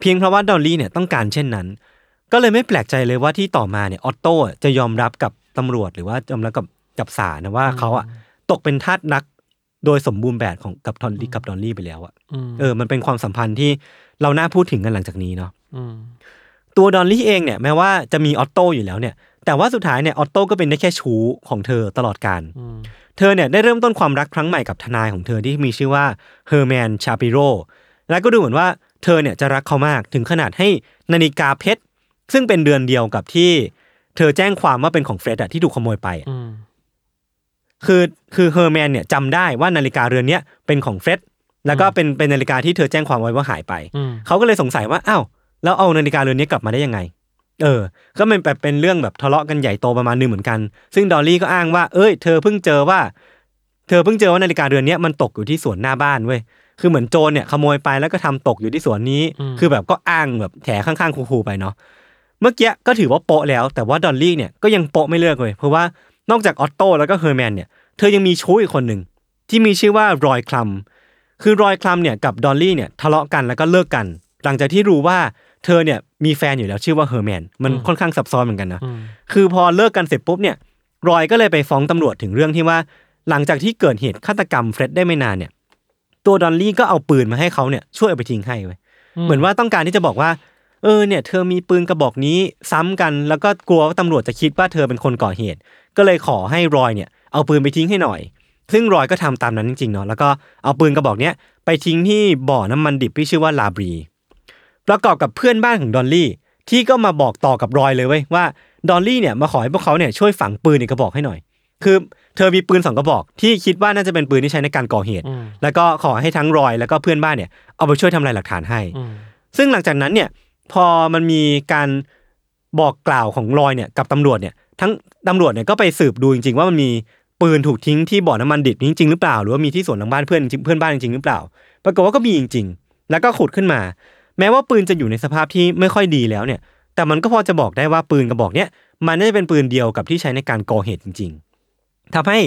B: เพียงเพราะว่าดอลลี่เนี่ยต้องการเช่นนั้น ก็เลยไม่แปลกใจเลยว่าที่ต่อมาเนี่ยออตโต้จะยอมรับกับตำรวจหรือว่ายอมรับกับกับศาลนะว่าเขาอะตกเป็นทาสนักโดยสมบูรณ์แบบของกับดอลลี่กับดอลลี่ไปแล้วอะ
C: ม
B: เออมันเป็นความสัมพันธ์ที่เราน่าพูดถึงกันหลังจากนี้เนาะ
C: ม
B: ตัวดอลลี่เองเนี่ยแม้ว่าจะมีออตโต้อยู่แล้วเนี่ย แต่ว่าสุดท้ายเนี่ยออตโต้ก็เป็นได้แค่ชู้ของเธอตลอดการ
C: อืม
B: เธอเนี่ยได้เริ่มต้นความรักครั้งใหม่กับทนายของเธอที่มีชื่อว่าเฮอร์แมนชาปิโร และก็ดูเหมือนว่าเธอเนี่ยจะรักเขามากถึงขนาดให้นาฬิกาเพชร ซึ่งเป็นเดือนเดียวกับที่ เธอแจ้งความว่าเป็นของเฟร็ดอะที่ถูกขโมยไปอะ
C: อืม
B: คือคือเฮอร์แมนเนี่ยจำได้ว่านาฬิกาเรือนเนี้ยเป็นของเฟร็ดแล้วก็เป็นเป็นนาฬิกาที่เธอแจ้งความไว้ว่าหายไป
C: อืม
B: เขาก็เลยสงสัยว่าอ้าวแล้วเอานาฬิกาเรือนนี้กลับมาได้ยังไง เออ ก็เป็นแบบเป็นเรื่องแบบทะเลาะกันใหญ่โตประมาณหนึงเหมือนกัน ซึ่งดอลลี่ก็อ้างว่า เอ้ย เธอเพิ่งเจอว่า เธอเพิ่งเจอว่านาฬิกาเรือนเนี้ยมันตกอยู่ที่สวนหน้าบ้านเว้ย คือเหมือนโจรเนี่ยขโมยไปแล้วก็ทำตกอยู่ที่สวนนี้ คือแบบก็อ้างแบบแถข้างๆคูๆไปเนาะ เมื่อกี้ก็ถือว่าโปะแล้ว แต่ว่าดอลลี่เนี่ยก็ยังโปะไม่เลิกเลยเพราะว่านอกจากออตโต้แล้วก็เฮอร์แมนเนี่ย เธอยังมีชู้อีกคนหนึ่งที่มีชื่อว่ารอยคลัม คือรอยคลัมเนี่ยกับดอลลี่เนี่ยทะเลาะกันแล้วก็เลิกกัน หลังจากที่รู้ว่าเธอเนี่ยมีแฟนอยู่แล้วชื่อว่าเฮอร์แมนมันค่อนข้างซับซ้อนเหมือนกันนะ
C: อืม
B: คือพอเลิกกันเสร็จปุ๊บเนี่ยรอยก็เลยไปฟ้องตำรวจถึงเรื่องที่ว่า หลังจากที่เกิดเหตุฆาตกรรมเฟร็ดได้ไม่นานเนี่ย ตัวดอลลี่ก็เอาปืนมาให้เขาเนี่ยช่วยเอาไปทิ้งให้ไว้ยเหมือนว่าต้องการที่จะบอกว่า เออเนี่ย เธอมีปืนกระบอกนี้ซ้ำกันแล้วก็กลัวว่าตำรวจจะคิดว่าเธอเป็นคนก่อเหตุ ก็เลยขอให้รอยเนี่ยเอาปืนไปทิ้งให้หน่อย ซึ่งรอยก็ทำตามนั้นจริงๆเนาะแล้วก็เอาปืนกระบอกเนี้ยไปทิ้งที่บ่อน้ำมันดิบที่ชื่อว่าลาบรี ประกอบกับเพื่อนบ้านของดอลลี่ ที่ก็มาบอกต่อกับรอยเลยเว้ยว่าดอลลี่เนี่ยมาขอให้พวกเขาเนี่ยช่วยฝังปืนอีกกระบอกให้หน่อย คือเธอมีปืนสองกระบอกที่คิดว่าน่าจะเป็นปืนที่ใช้ในการก่อเหตุ
C: อืม
B: แล้วก็ขอให้ทั้งรอยแล้วก็เพื่อนบ้านเนี่ยเอาไปช่วยทำลายหลักฐานให้
C: อืม
B: ซึ่งหลังจากนั้นเนี่ยพอมันมีการบอกกล่าวของรอยเนี่ยกับตำรวจเนี่ยทั้งตำรวจเนี่ยก็ไปสืบดูจริง ๆ ว่ามันมีปืนถูกทิ้งที่บ่อน้ำมันดิบนี้จริงๆหรือเปล่า หรือว่ามีที่สวนหลังบ้านเพื่อนจริงเพื่อนบ้านจริงๆหรือเปล่า ปรากฏว่าก็มีจริง ๆ แล้วก็ขุดขึ้นมา แม้ว่าปืนจะอยู่ในสภาพที่ไม่ค่อยดีแล้วเนี่ย แต่มันก็พอจะบอกได้ว่าปืนกระบอกเนี่ยมันน่าจะเป็นปืนเดียวกับที่ใช้ในการก่อเหตุจริง ๆทำให้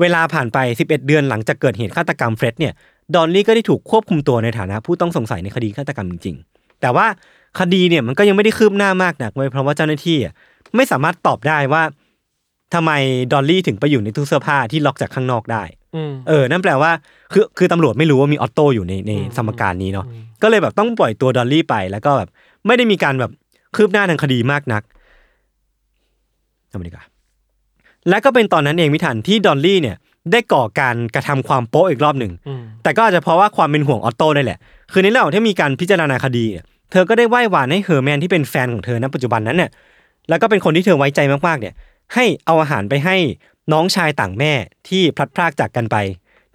B: เวลาผ่านไป 11 เดือนหลังจากเกิดเหตุฆาตกรรมเฟร็ดเนี่ยดอลลี่ก็ได้ถูกควบคุมตัวในฐานะผู้ต้องสงสัยในคดีฆาตกรรมจริง ๆ แต่ว่าคดีเนี่ยมันก็ยังไม่ได้คืบหน้ามากนักเว้ยเพราะว่าเจ้าหน้าที่อ่ะไม่สามารถตอบได้ว่าทำไมดอลลี่ถึงไปอยู่ในตู้เสื้อผ้าที่ล็อกจากข้างนอกได้
C: อืม
B: เออ นั่นแปลว่า คือ คือตำรวจไม่รู้ว่ามีออตโต้อยู่ใน ใน
C: อืม
B: สมการนี้เนาะ ก็เลยแบบต้องปล่อยตัวดอลลี่ไป แล้วก็แบบ ไม่ได้มีการแบบคืบหน้าทางคดีมากนักอเมริกา และก็เป็นตอนนั้นเองมิถันที่ดอลลี่เนี่ย ได้ก่อการกระทำความโป๊ะอีกรอบหนึ่ง
C: อืม
B: แต่ก็อาจจะเพราะว่าความเป็นห่วงออตโต้นี่แหละ คือในระหว่างที่มีการพิจารณาคดีเนี่ยเธอก็ได้ไหว้หวานให้เฮอร์แมนที่เป็นแฟนของเธอณปัจจุบันนั้นเนี่ย แล้วก็เป็นคนที่เธอไว้ใจมากๆเนี่ย ให้เอาอาหารไปให้น้องชายต่างแม่ที่พลัดพรากจากกันไป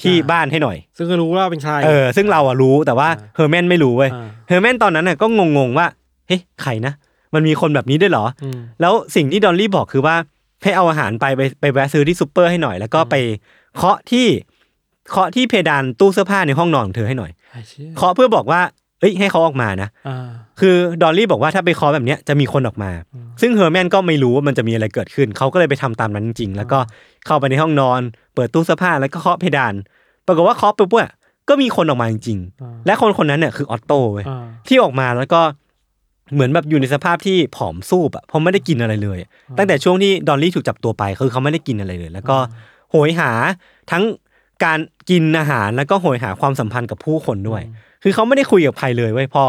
B: ที่บ้านให้หน่อย
C: ซึ่งก็รู้ว่าเป็นใคร
B: เออ ซึ่งเราอะรู้แต่ว่า
C: อ่า
B: เฮอร์แมนไม่รู้เว้ย
C: อ่า
B: เฮอร์แมนตอนนั้นน่ะก็งงๆว่า เฮ้ยใครนะ มันมีคนแบบนี้ด้วยเหรอ
C: ม
B: แล้วสิ่งที่ดอลลี่บอกคือว่าให้เอาอาหารไปไปไปแวะซื้อที่ซูเปอร์ให้หน่อย แล้วก็ไปเคาะที่เคาะที่เพดานตู้เสื้อผ้าในห้องนอนของเธอให้หน่อย
C: ไอ้เชี่ย
B: เคาะเพื่อบอกว่า เอ้ยให้เขาออกมานะ
C: อ่า
B: คือดอลลี่บอกว่าถ้าไปเคาะแบบเนี้ยจะมีคนออกมา ซึ่งเฮอร์แมนก็ไม่รู้ว่ามันจะมีอะไรเกิดขึ้น เขาก็เลยไปทำตามนั้นจริงๆแล้วก็เข้าไปในห้องนอน เปิดตู้เสื้อผ้าแล้วก็เคาะเพดาน ปรากฏว่าเคาะไปปุ๊บอะก็มีคนออกมาจริง
C: อ่า
B: ๆ และคนคนนั้นเนี่ยคือออตโต้เว้ย
C: อ่า
B: ที่ออกมาแล้วก็เหมือนแบบอยู่ในสภาพที่ผอมซูบอะเพราะไม่ได้กินอะไรเลย ตั้งแต่ช่วงที่ดอลลี่ถูกจับตัวไปคือเขาไม่ได้กินอะไรเลย แล้วก็โหยหาทั้งการกินอาหารแล้วก็โหยหาความสัมพันธ์กับผู้คนด้วย คือเขาไม่ได้คุยกับใครเลยเว้ยพอ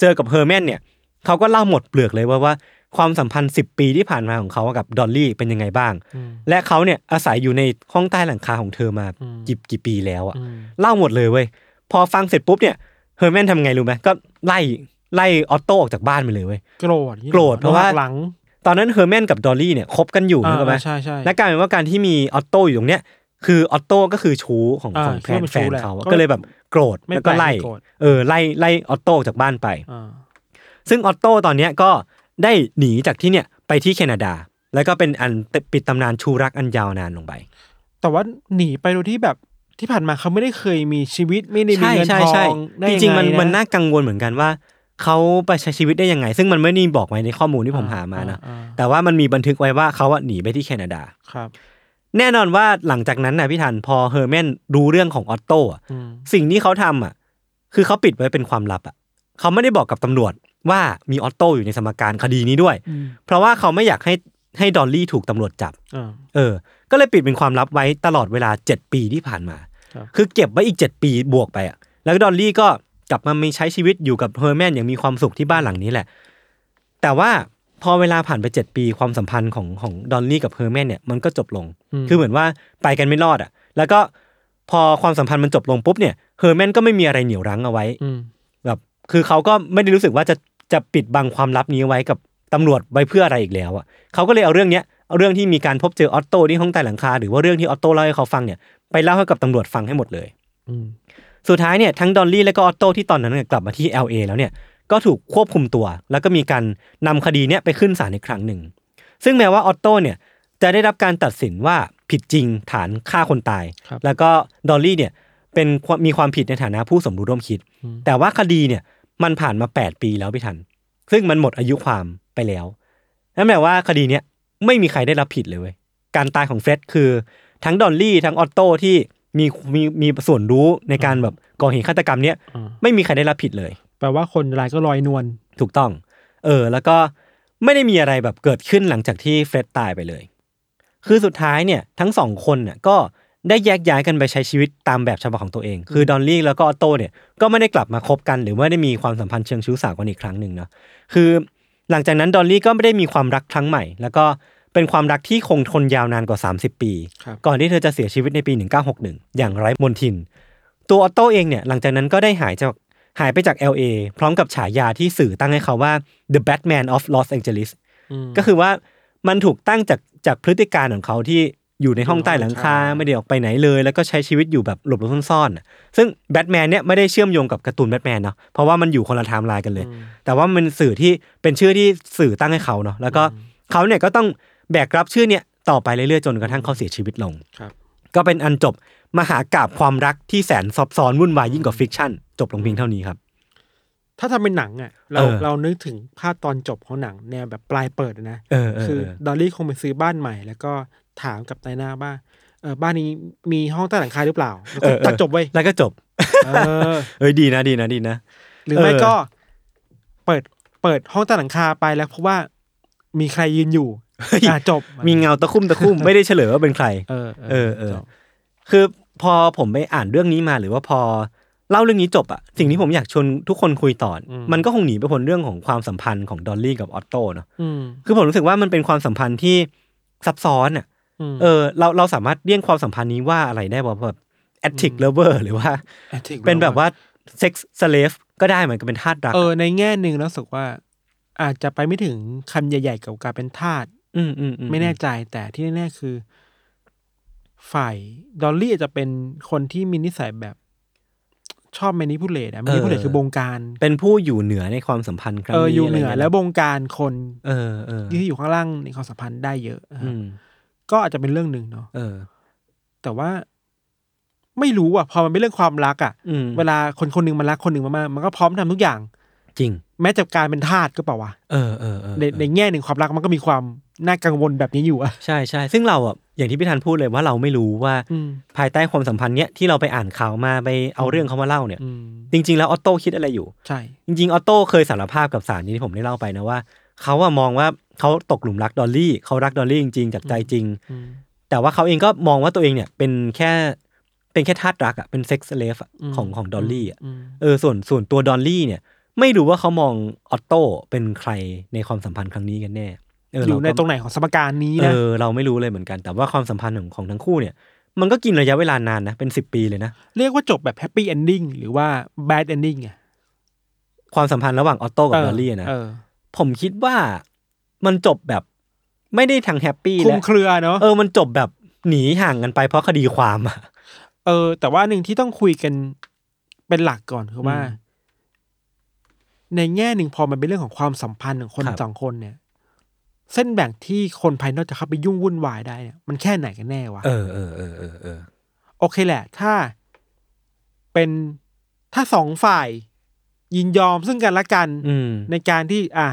B: เจอกับเฮอร์แมนเนี่ยเขาก็เล่าหมดเปลือกเลยว่าว่าความสัมพันธ์ 10 ปีที่ผ่านมาของเขากับดอลลี่เป็นยังไงบ้าง
C: อืม
B: และเขาเนี่ยอาศัยอยู่ในห้องใต้หลังคาของเธอมากี่กี่ปีแล้วอะ เล่าหมดเลยเว้ย พอฟังเสร็จปุ๊บเนี่ยเฮอร์แมนทำไงรู้ไหมก็ไล่ไล่ออตโต้ออกจากบ้านไปเลยเว้ย
C: โกรธ
B: โกรธเพราะว่า
C: หักหลัง
B: ตอนนั้นเฮอร์แมนกับดอลลี่เนี่ยคบกันอยู่
C: อ่า
B: นึกออกไหม
C: ใช่ใช่
B: และกลายเป็นว่าการที่มีออตโต้อยู่ตรงเนี้ยคือออตโต้ก็คือชู้ของ
C: อ่า
B: ของแฟน
C: คิดว่ามั
B: แฟน
C: ชู้หะ
B: เขาก็เลยแบบโกรธ
C: ม่
B: แล้วก็ไล่
C: ม่โรธ
B: เออไล่ไล่ออตโต้ออกจากบ้านไป
C: อ่า
B: ซึ่งออตโต้ตอนเนี้ยก็ได้หนีจากที่เนี่ยไปที่แคนาดา แล้วก็เป็นอันปิดตำนานชูรักอันยาวนานลงไป
C: แต่ว่าหนีไปโดยที่แบบที่ผ่านมาเขาไม่ได้เคยมีชีวิตไม่ได้มี
B: ใช่
C: เงิน
B: ใช่
C: ทอ
B: ใช่
C: งได้
B: จ
C: ยัไะ
B: ริงๆมันมันน่ากังวลเหมือนกันว่าเขาไปใช้ชีวิตได้ยังไง ซึ่งมันไม่ได้บอกไว้ในข้อมูลที่ผมหามานะ
C: อ่าอ่า
B: แต่ว่ามันมีบันทึกไว้ว่าเขาอะหนีไปที่แคนาดา
C: ครับ
B: แน่นอนว่าหลังจากนั้นนะพี่ทันพอเฮอร์แมนรู้เรื่องของออตโต้อะ
C: อืม
B: สิ่งที่เขาทำอ่ะ คือเขาปิดไว้เป็นความลับอ่ะเขาไม่ได้บอกกับตำรวจว่ามีออตโต้อยู่ในสมการคดีนี้ด้วย
C: อืม
B: เพราะว่าเขาไม่อยากให้ให้ดอลลี่ถูกตำรวจจับ
C: อ่า
B: เออ ก็เลยปิดเป็นความลับไว้ตลอดเวลาเจ็ดปีที่ผ่านมา
C: ครับ
B: คือเก็บไว้อีกเจ็ดปีบวกไปอ่ะ แล้วก็ดอลลี่ก็กลับมามีใช้ชีวิตอยู่กับเฮอร์แมนอย่างมีความสุขที่บ้านหลังนี้แหละ แต่ว่าพอเวลาผ่านไปเจ็ดปีความสัมพันธ์ของของดอลลี่กับเฮอร์แมนเนี่ยมันก็จบลง คือเหมือนว่าไปกันไม่รอดอ่ะ แล้วก็พอความสัมพันธ์มันจบลงปุ๊บเนี่ยเฮอร์แมนก็ไม่มีอะไรเหนี่ยวรั้งเอาไว้
C: อืม
B: แบบคือเขาก็ไม่ได้รู้สึกว่าจะจะปิดบังความลับนี้ไว้กับตำรวจไว้เพื่ออะไรอีกแล้วอ่ะเขาก็เลยเอาเรื่องเนี้ยเอาเรื่องที่มีการพบเจอออตโต้ที่ห้องใต้หลังคาหรือว่าเรื่องที่ออตโต้เล่าให้เขาฟังเนี่ยไปเล่าให้กับตำรวจฟังให้หมดเลย
C: อืม
B: สุดท้ายเนี่ยทั้งดอลลี่และก็ออตโต้ที่ตอนนั้นเนี่ยกลับมาที่ LA แล้วเนี่ยก็ถูกควบคุมตัว แล้วก็มีการนำคดีเนี่ยไปขึ้นศาลอีกครั้งหนึ่ง ซึ่งแม้ว่าออตโต้เนี่ยจะได้รับการตัดสินว่าผิดจริงฐานฆ่าคนตาย
C: ครับ
B: แล้วก็ดอลลี่เนี่ยเป็นความมีความผิดในฐานะผู้สมรู้ร่วมคิด
C: อืม
B: แต่ว่าคดีเนี่ยมันผ่านมา 8 ปีแล้วพี่ทัน ซึ่งมันหมดอายุความไปแล้วนั่นแปลว่าคดีเนี้ยไม่มีใครได้รับผิดเลยเว้ยการตายของเฟร็ดคือ ทั้งดอลลี่ทั้งออตโต้ที่มีมีมีส่วนรู้ในการแบบก่อเหตุฆาตกรรมเนี้ย
C: อ่า
B: ไม่มีใครได้รับผิดเลย
C: แปลว่าคนร้ายก็ลอยนวล
B: ถูกต้อง เออ แล้วก็ไม่ได้มีอะไรแบบเกิดขึ้นหลังจากที่เฟร็ดตายไปเลย คือสุดท้ายเนี่ยทั้งสองคนเนี่ยก็ได้แยกย้ายกันไปใช้ชีวิตตามแบบฉบับของตัวเอง คือดอลลี่แล้วก็ออตโต้เนี่ยก็ไม่ได้กลับมาคบกันหรือไม่ได้มีความสัมพันธ์เชิงชู้สาวกันอีกครั้งหนึ่งเนาะ คือหลังจากนั้นดอลลี่ก็ไม่ได้มีความรักครั้งใหม่ แล้วก็เป็นความรักที่คงทนยาวนานกว่า 30 ปี
C: ครับ
B: ก่อนที่เธอจะเสียชีวิตในปี 1961 อย่างไร้มนทิน ตัวออตโต้เองเนี่ยหลังจากนั้นก็ได้หายจากหายไปจาก LA พร้อมกับฉายาที่สื่อตั้งให้เขาว่า The Batman of Los Angeles ก็คือว่ามันถูกตั้งจากจากพฤติการของเขาที่อยู่ในห้องใต้หลังคา
C: ใช่
B: ไม่ได้ออกไปไหนเลย แล้วก็ใช้ชีวิตอยู่แบบหลบหลบซ่อนๆน่ะซึ่งแบทแมนเนี่ยไม่ได้เชื่อมโยงกับการ์ตูนแบทแมนเนาะเพราะว่ามันอยู่คนละไทม์ไลน์กันเลย แต่ว่ามันสื่อที่เป็นชื่อที่สื่อตั้งให้เขาเนาะแล้วก็เขาเนี่ยก็ต้องแบกรับชื่อเนี่ยต่อไปเรื่อยๆจนกระทั่งเขาเสียชีวิตลง
C: ครับ
B: ก็เป็นอันจบมหากาบความรักที่แสนซับซ้อนวุ่นวายยิ่งกว่าฟิกชั่น จบลงเพียงเท่านี้ครับ
C: ถ้าทำเป็นหนังอ่ะ เรา
B: เออ
C: เรานึกถึงภาพตอนจบของหนังแนวแบบปลายเปิดนะ
B: เออเออ
C: คือ
B: เออ
C: ดอลลี่คงไปซื้อบ้านใหม่ แล้วก็ถามกับนายหน้าว่าเออบ้านนี้มีห้องใต้หลังคาหรือเปล่าแล้วก็ตัดจบไว้ย
B: แล้วก็จบ
C: เออ
B: เอ้ยดีนะดีนะดีนะ
C: หรือไม่
B: เออ
C: ก็เปิดเปิดห้องใต้หลังคาไปแล้วพบว่ามีใครยืนอยู่อ่ะจบ
B: มีเงาตะคุ่มตะคุ่ ม ไม่ได้เฉลยว่าเป็นใคร
C: เออ
B: เออเออ
C: จบ
B: คือพอผมไปอ่านเรื่องนี้มาหรือว่าพอเล่าเรื่องนี้จบอะสิ่งที่ผมอยากชวนทุกคนคุยต่ออมันก็คงหนีไปพ้นเรื่องของความสัมพันธ์ของดอลลี่กับออตโต้เนาะ
C: อืม
B: คือผมรู้สึกว่ามันเป็นความสัมพันธ์ที่ซับซ้อนอะ
C: ม
B: เออเราเราสามารถเรียกความสัมพันธ์นี้ว่าอะไรได้บอกแบบแอดติกเลเวอร์หรือว่า
C: อ่ะถึง
B: เป็นแบบว่าเซ็กซ์สเลฟก็ได้เหมือนกับเป็นทาสรัก
C: เออในแง่หนึ่งแล้วสึกว่า อาจจะไปไม่ถึงคำใหญ่ ๆ เกี่ยวกับการเป็นทาส
B: อืมอืมอื
C: ไม่แน่ใจแต่ที่แน่ๆคือ ฝ่ายดอลลี่อาจจะเป็นคนที่มีนิสัยแบบชอบแมนิพูเลตอะแมนิพูเลตคือบงการ
B: เป็นผู้อยู่เหนือในความสัมพันธ์ครั้ง
C: เอออยู่
B: นี้ะ
C: เห
B: ไร
C: นือ
B: งี้ย
C: แล้วบงการคน
B: เออเออ
C: ที่อยู่ข้างล่างในความสัมพันธ์ได้เยอะอะ
B: อืม
C: ก็อาจจะเป็นเรื่องหนึ่งเนาะ
B: เออ
C: แต่ว่าไม่รู้อ่ะพอมันเป็นเรื่องความรักอ่ะ
B: อืม
C: เวลาคนคนหนึ่งมันรักคนหนึ่งมากๆมันก็พร้อมทำทุกอย่าง
B: จริง
C: แม้จะการเป็นทาสก็เปล่าวะ
B: เออเออเออ
C: ใน
B: เออ
C: ในแง่หนึ่งความรักมันก็มีความน่ากังวลแบบนี้อยู่อ่ะ
B: ใช่ใช่ซึ่งเราอ่ะอย่างที่พี่ธันพูดเลยว่าเราไม่รู้ว่า
C: อืม
B: ภายใต้ความสัมพันธ์เนี้ยที่เราไปอ่านข่าวมาไปเอาเรื่องเขามาเล่าเนี่ย
C: อืม
B: จริง ๆ แล้วออตโต้คิดอะไรอยู่
C: ใช่
B: จริง ๆ ออตโต้เคยสารภาพกับสารนี้ที่ผมได้เล่าไปนะว่าเขาอะมองว่าเขาตกหลุมรักดอลลี่เขารักดอลลี่จริงๆจากใจจริง
C: อืม
B: แต่ว่าเขาเองก็มองว่าตัวเองเนี่ยเป็นแค่เป็นแค่ทาสรักอะเป็นเซ็กซ์เลฟ
C: อืม
B: ของของดอลลี่อะ
C: อืม
B: เออส่วนส่วนตัวดอลลี่เนี่ย ไม่รู้ว่าเขามองออตโต้เป็นใครในความสัมพันธ์ครั้งนี้กันแน่เออ
C: อ
B: เา
C: ยู่ใน
B: ก็
C: ตรงไหนของสมการนี้
B: เอ
C: นะ
B: อเราไม่รู้เลยเหมือนกัน แต่ว่าความสัมพันธ์ของของทั้งคู่เนี่ย มันก็กินระยะเวลานานนะเป็นสิบปีเลยนะ
C: เรียกว่าจบแบบแฮปปี้เอนดิ้งหรือว่าแบดเอนดิ้งอ่ะ
B: ความสัมพันธ์ระหว่างออตโต้กับดอลลี่อะนะ
C: เออ
B: ผมคิดว่ามันจบแบบไม่ได้ทางแฮปปี้
C: คลุ
B: แล้
C: ม
B: ว
C: เครือเนาะ
B: เออมันจบแบบหนีห่างกันไปเพราะคดีความอะ
C: เออ แต่ว่าหนึ่งที่ต้องคุยกันเป็นหลักก่อนคือว่า
B: อืม
C: ในแง่หนึ่งพอมันเป็นเรื่องของความสัมพันธ์ของคน
B: ครับ
C: สองคนเนี่ย เส้นแบ่งที่คนภายนอกจะเข้าไปยุ่งวุ่นวายได้เนี่ยมันแค่ไหนกันแน่วะ
B: เออเออเออเออเออ
C: โอเคแหละ ถ้าเป็นถ้าสองฝ่าย ยินยอมซึ่งกันและกัน
B: อืม
C: ในการที่ อ่ะ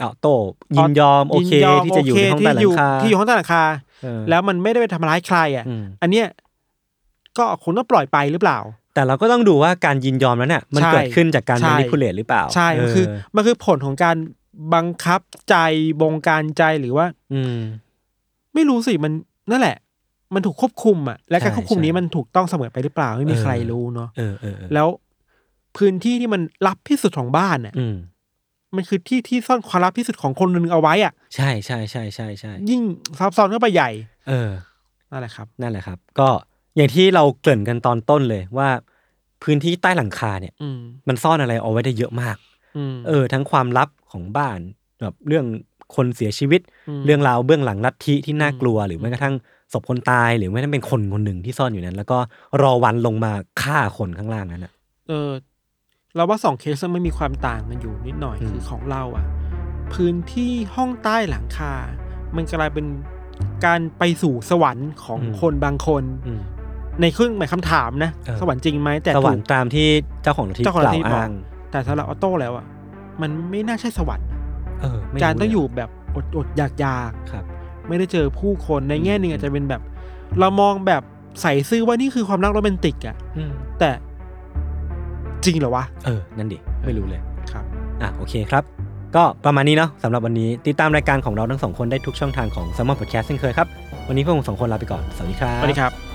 B: อ้าวโต้ยินยอมโอเค
C: นยม
B: ที่จะอยู่ในห้องใต้หลังคา
C: ที่อยู่ห้องใต้หลังคา
B: เออ
C: แล้วมันไม่ได้ไปทำร้ายใครอ่ะ
B: อืม
C: อันเนี้ยก็คงต้องปล่อยไปหรือเปล่า
B: แต่เราก็ต้องดูว่าการยินยอมนั้นน่ะมัน
C: ใช่
B: เกิดขึ้นจากการ
C: ใช่
B: มานิคุเลตหรือเปล่า
C: ใช่ มันคือมันคือผลของการบังคับใจบงการใจหรือว่า
B: อืม
C: ไม่รู้สิมันนั่นแหละ มันถูกควบคุมอ่ะและการ
B: ใช่
C: ควบคุมนี้
B: ใช่
C: มันถูกต้องเสมอไปหรือเปล่าไม่มี
B: เออ
C: ใครรู้เนาะ
B: เออเออเออ
C: แล้วพื้นที่ที่มันลับที่สุดของบ้านอ่ะ
B: อืม
C: มันคือที่ที่ซ่อนความลับที่สุดของคนหนึ่งเอาไว้อ่ะ
B: ใช่ใช่ใช่ใช่ใช่
C: ยิ่งซับซ้อนเข้าไปใหญ่
B: เออ
C: นั่นแหละครับ
B: นั่นแหละครับ ก็อย่างที่เราเกริ่นกันตอนต้นเลยว่า พื้นที่ใต้หลังคาเนี่ย
C: อืม
B: มันซ่อนอะไรเอาไว้ได้เยอะมาก
C: อืม
B: เออ ทั้งความลับของบ้านแบบเรื่องคนเสียชีวิต
C: ม
B: เรื่องราวเบื้องหลังลัทธิที่น่ากลัว หรือ
C: ม
B: แม้กระทั่งศพคนตาย หรือแม้กระทั่งเป็นคนคนหนึ่งที่ซ่อนอยู่นั้น แล้วก็รอวันลงมาฆ่าคนข้างล่างนั้นอ่ะ
C: เออเราว่าสองเคสมันมีความต่างกันอยู่นิดหน่อย
B: อืม
C: คือของเราอ่ะ พื้นที่ห้องใต้หลังคา มันกลายเป็นการไปสู่สวรรค์ของคนบางคน
B: อืม
C: ในเครื่องหมายคำถามนะ
B: เออ
C: สวรรค์จริงไหมแต่
B: ส
C: ถูก
B: วรรค์ตามที่เจ้าของลัทธิ
C: เจ้าของ
B: ก
C: ลั
B: ล่าว
C: ทธิบอก
B: อ้าง
C: แต่สำหรับออโต้แล้วอ่ะ มันไม่น่าใช่สวรรค์
B: เออไม่
C: การต้อง
B: เล
C: อยู่แบบอดอดอยากอยาก
B: ครับ
C: ๆไม่ได้เจอผู้คนในแง่หนึ่ง
B: อืม
C: อาจจะเป็นแบบ เรามองแบบใส่ซื่อว่านี่คือความรักโรแมนติกอ่ะ
B: อืม
C: แต่จริงเหรอวะ
B: เออ นั่นดิไม่รู้เลย
C: ครับ
B: อ่ะโอเคครับ ก็ประมาณนี้เนาะสำหรับวันนี้ติดตามรายการของเราทั้งสองคนได้ทุกช่องทางของ s ซ m m o n Podcast เช่นเคยครับ วันนี้พวกผมสองคนลาไปก่อน สวัสดีครับ
C: สวัสดีครับ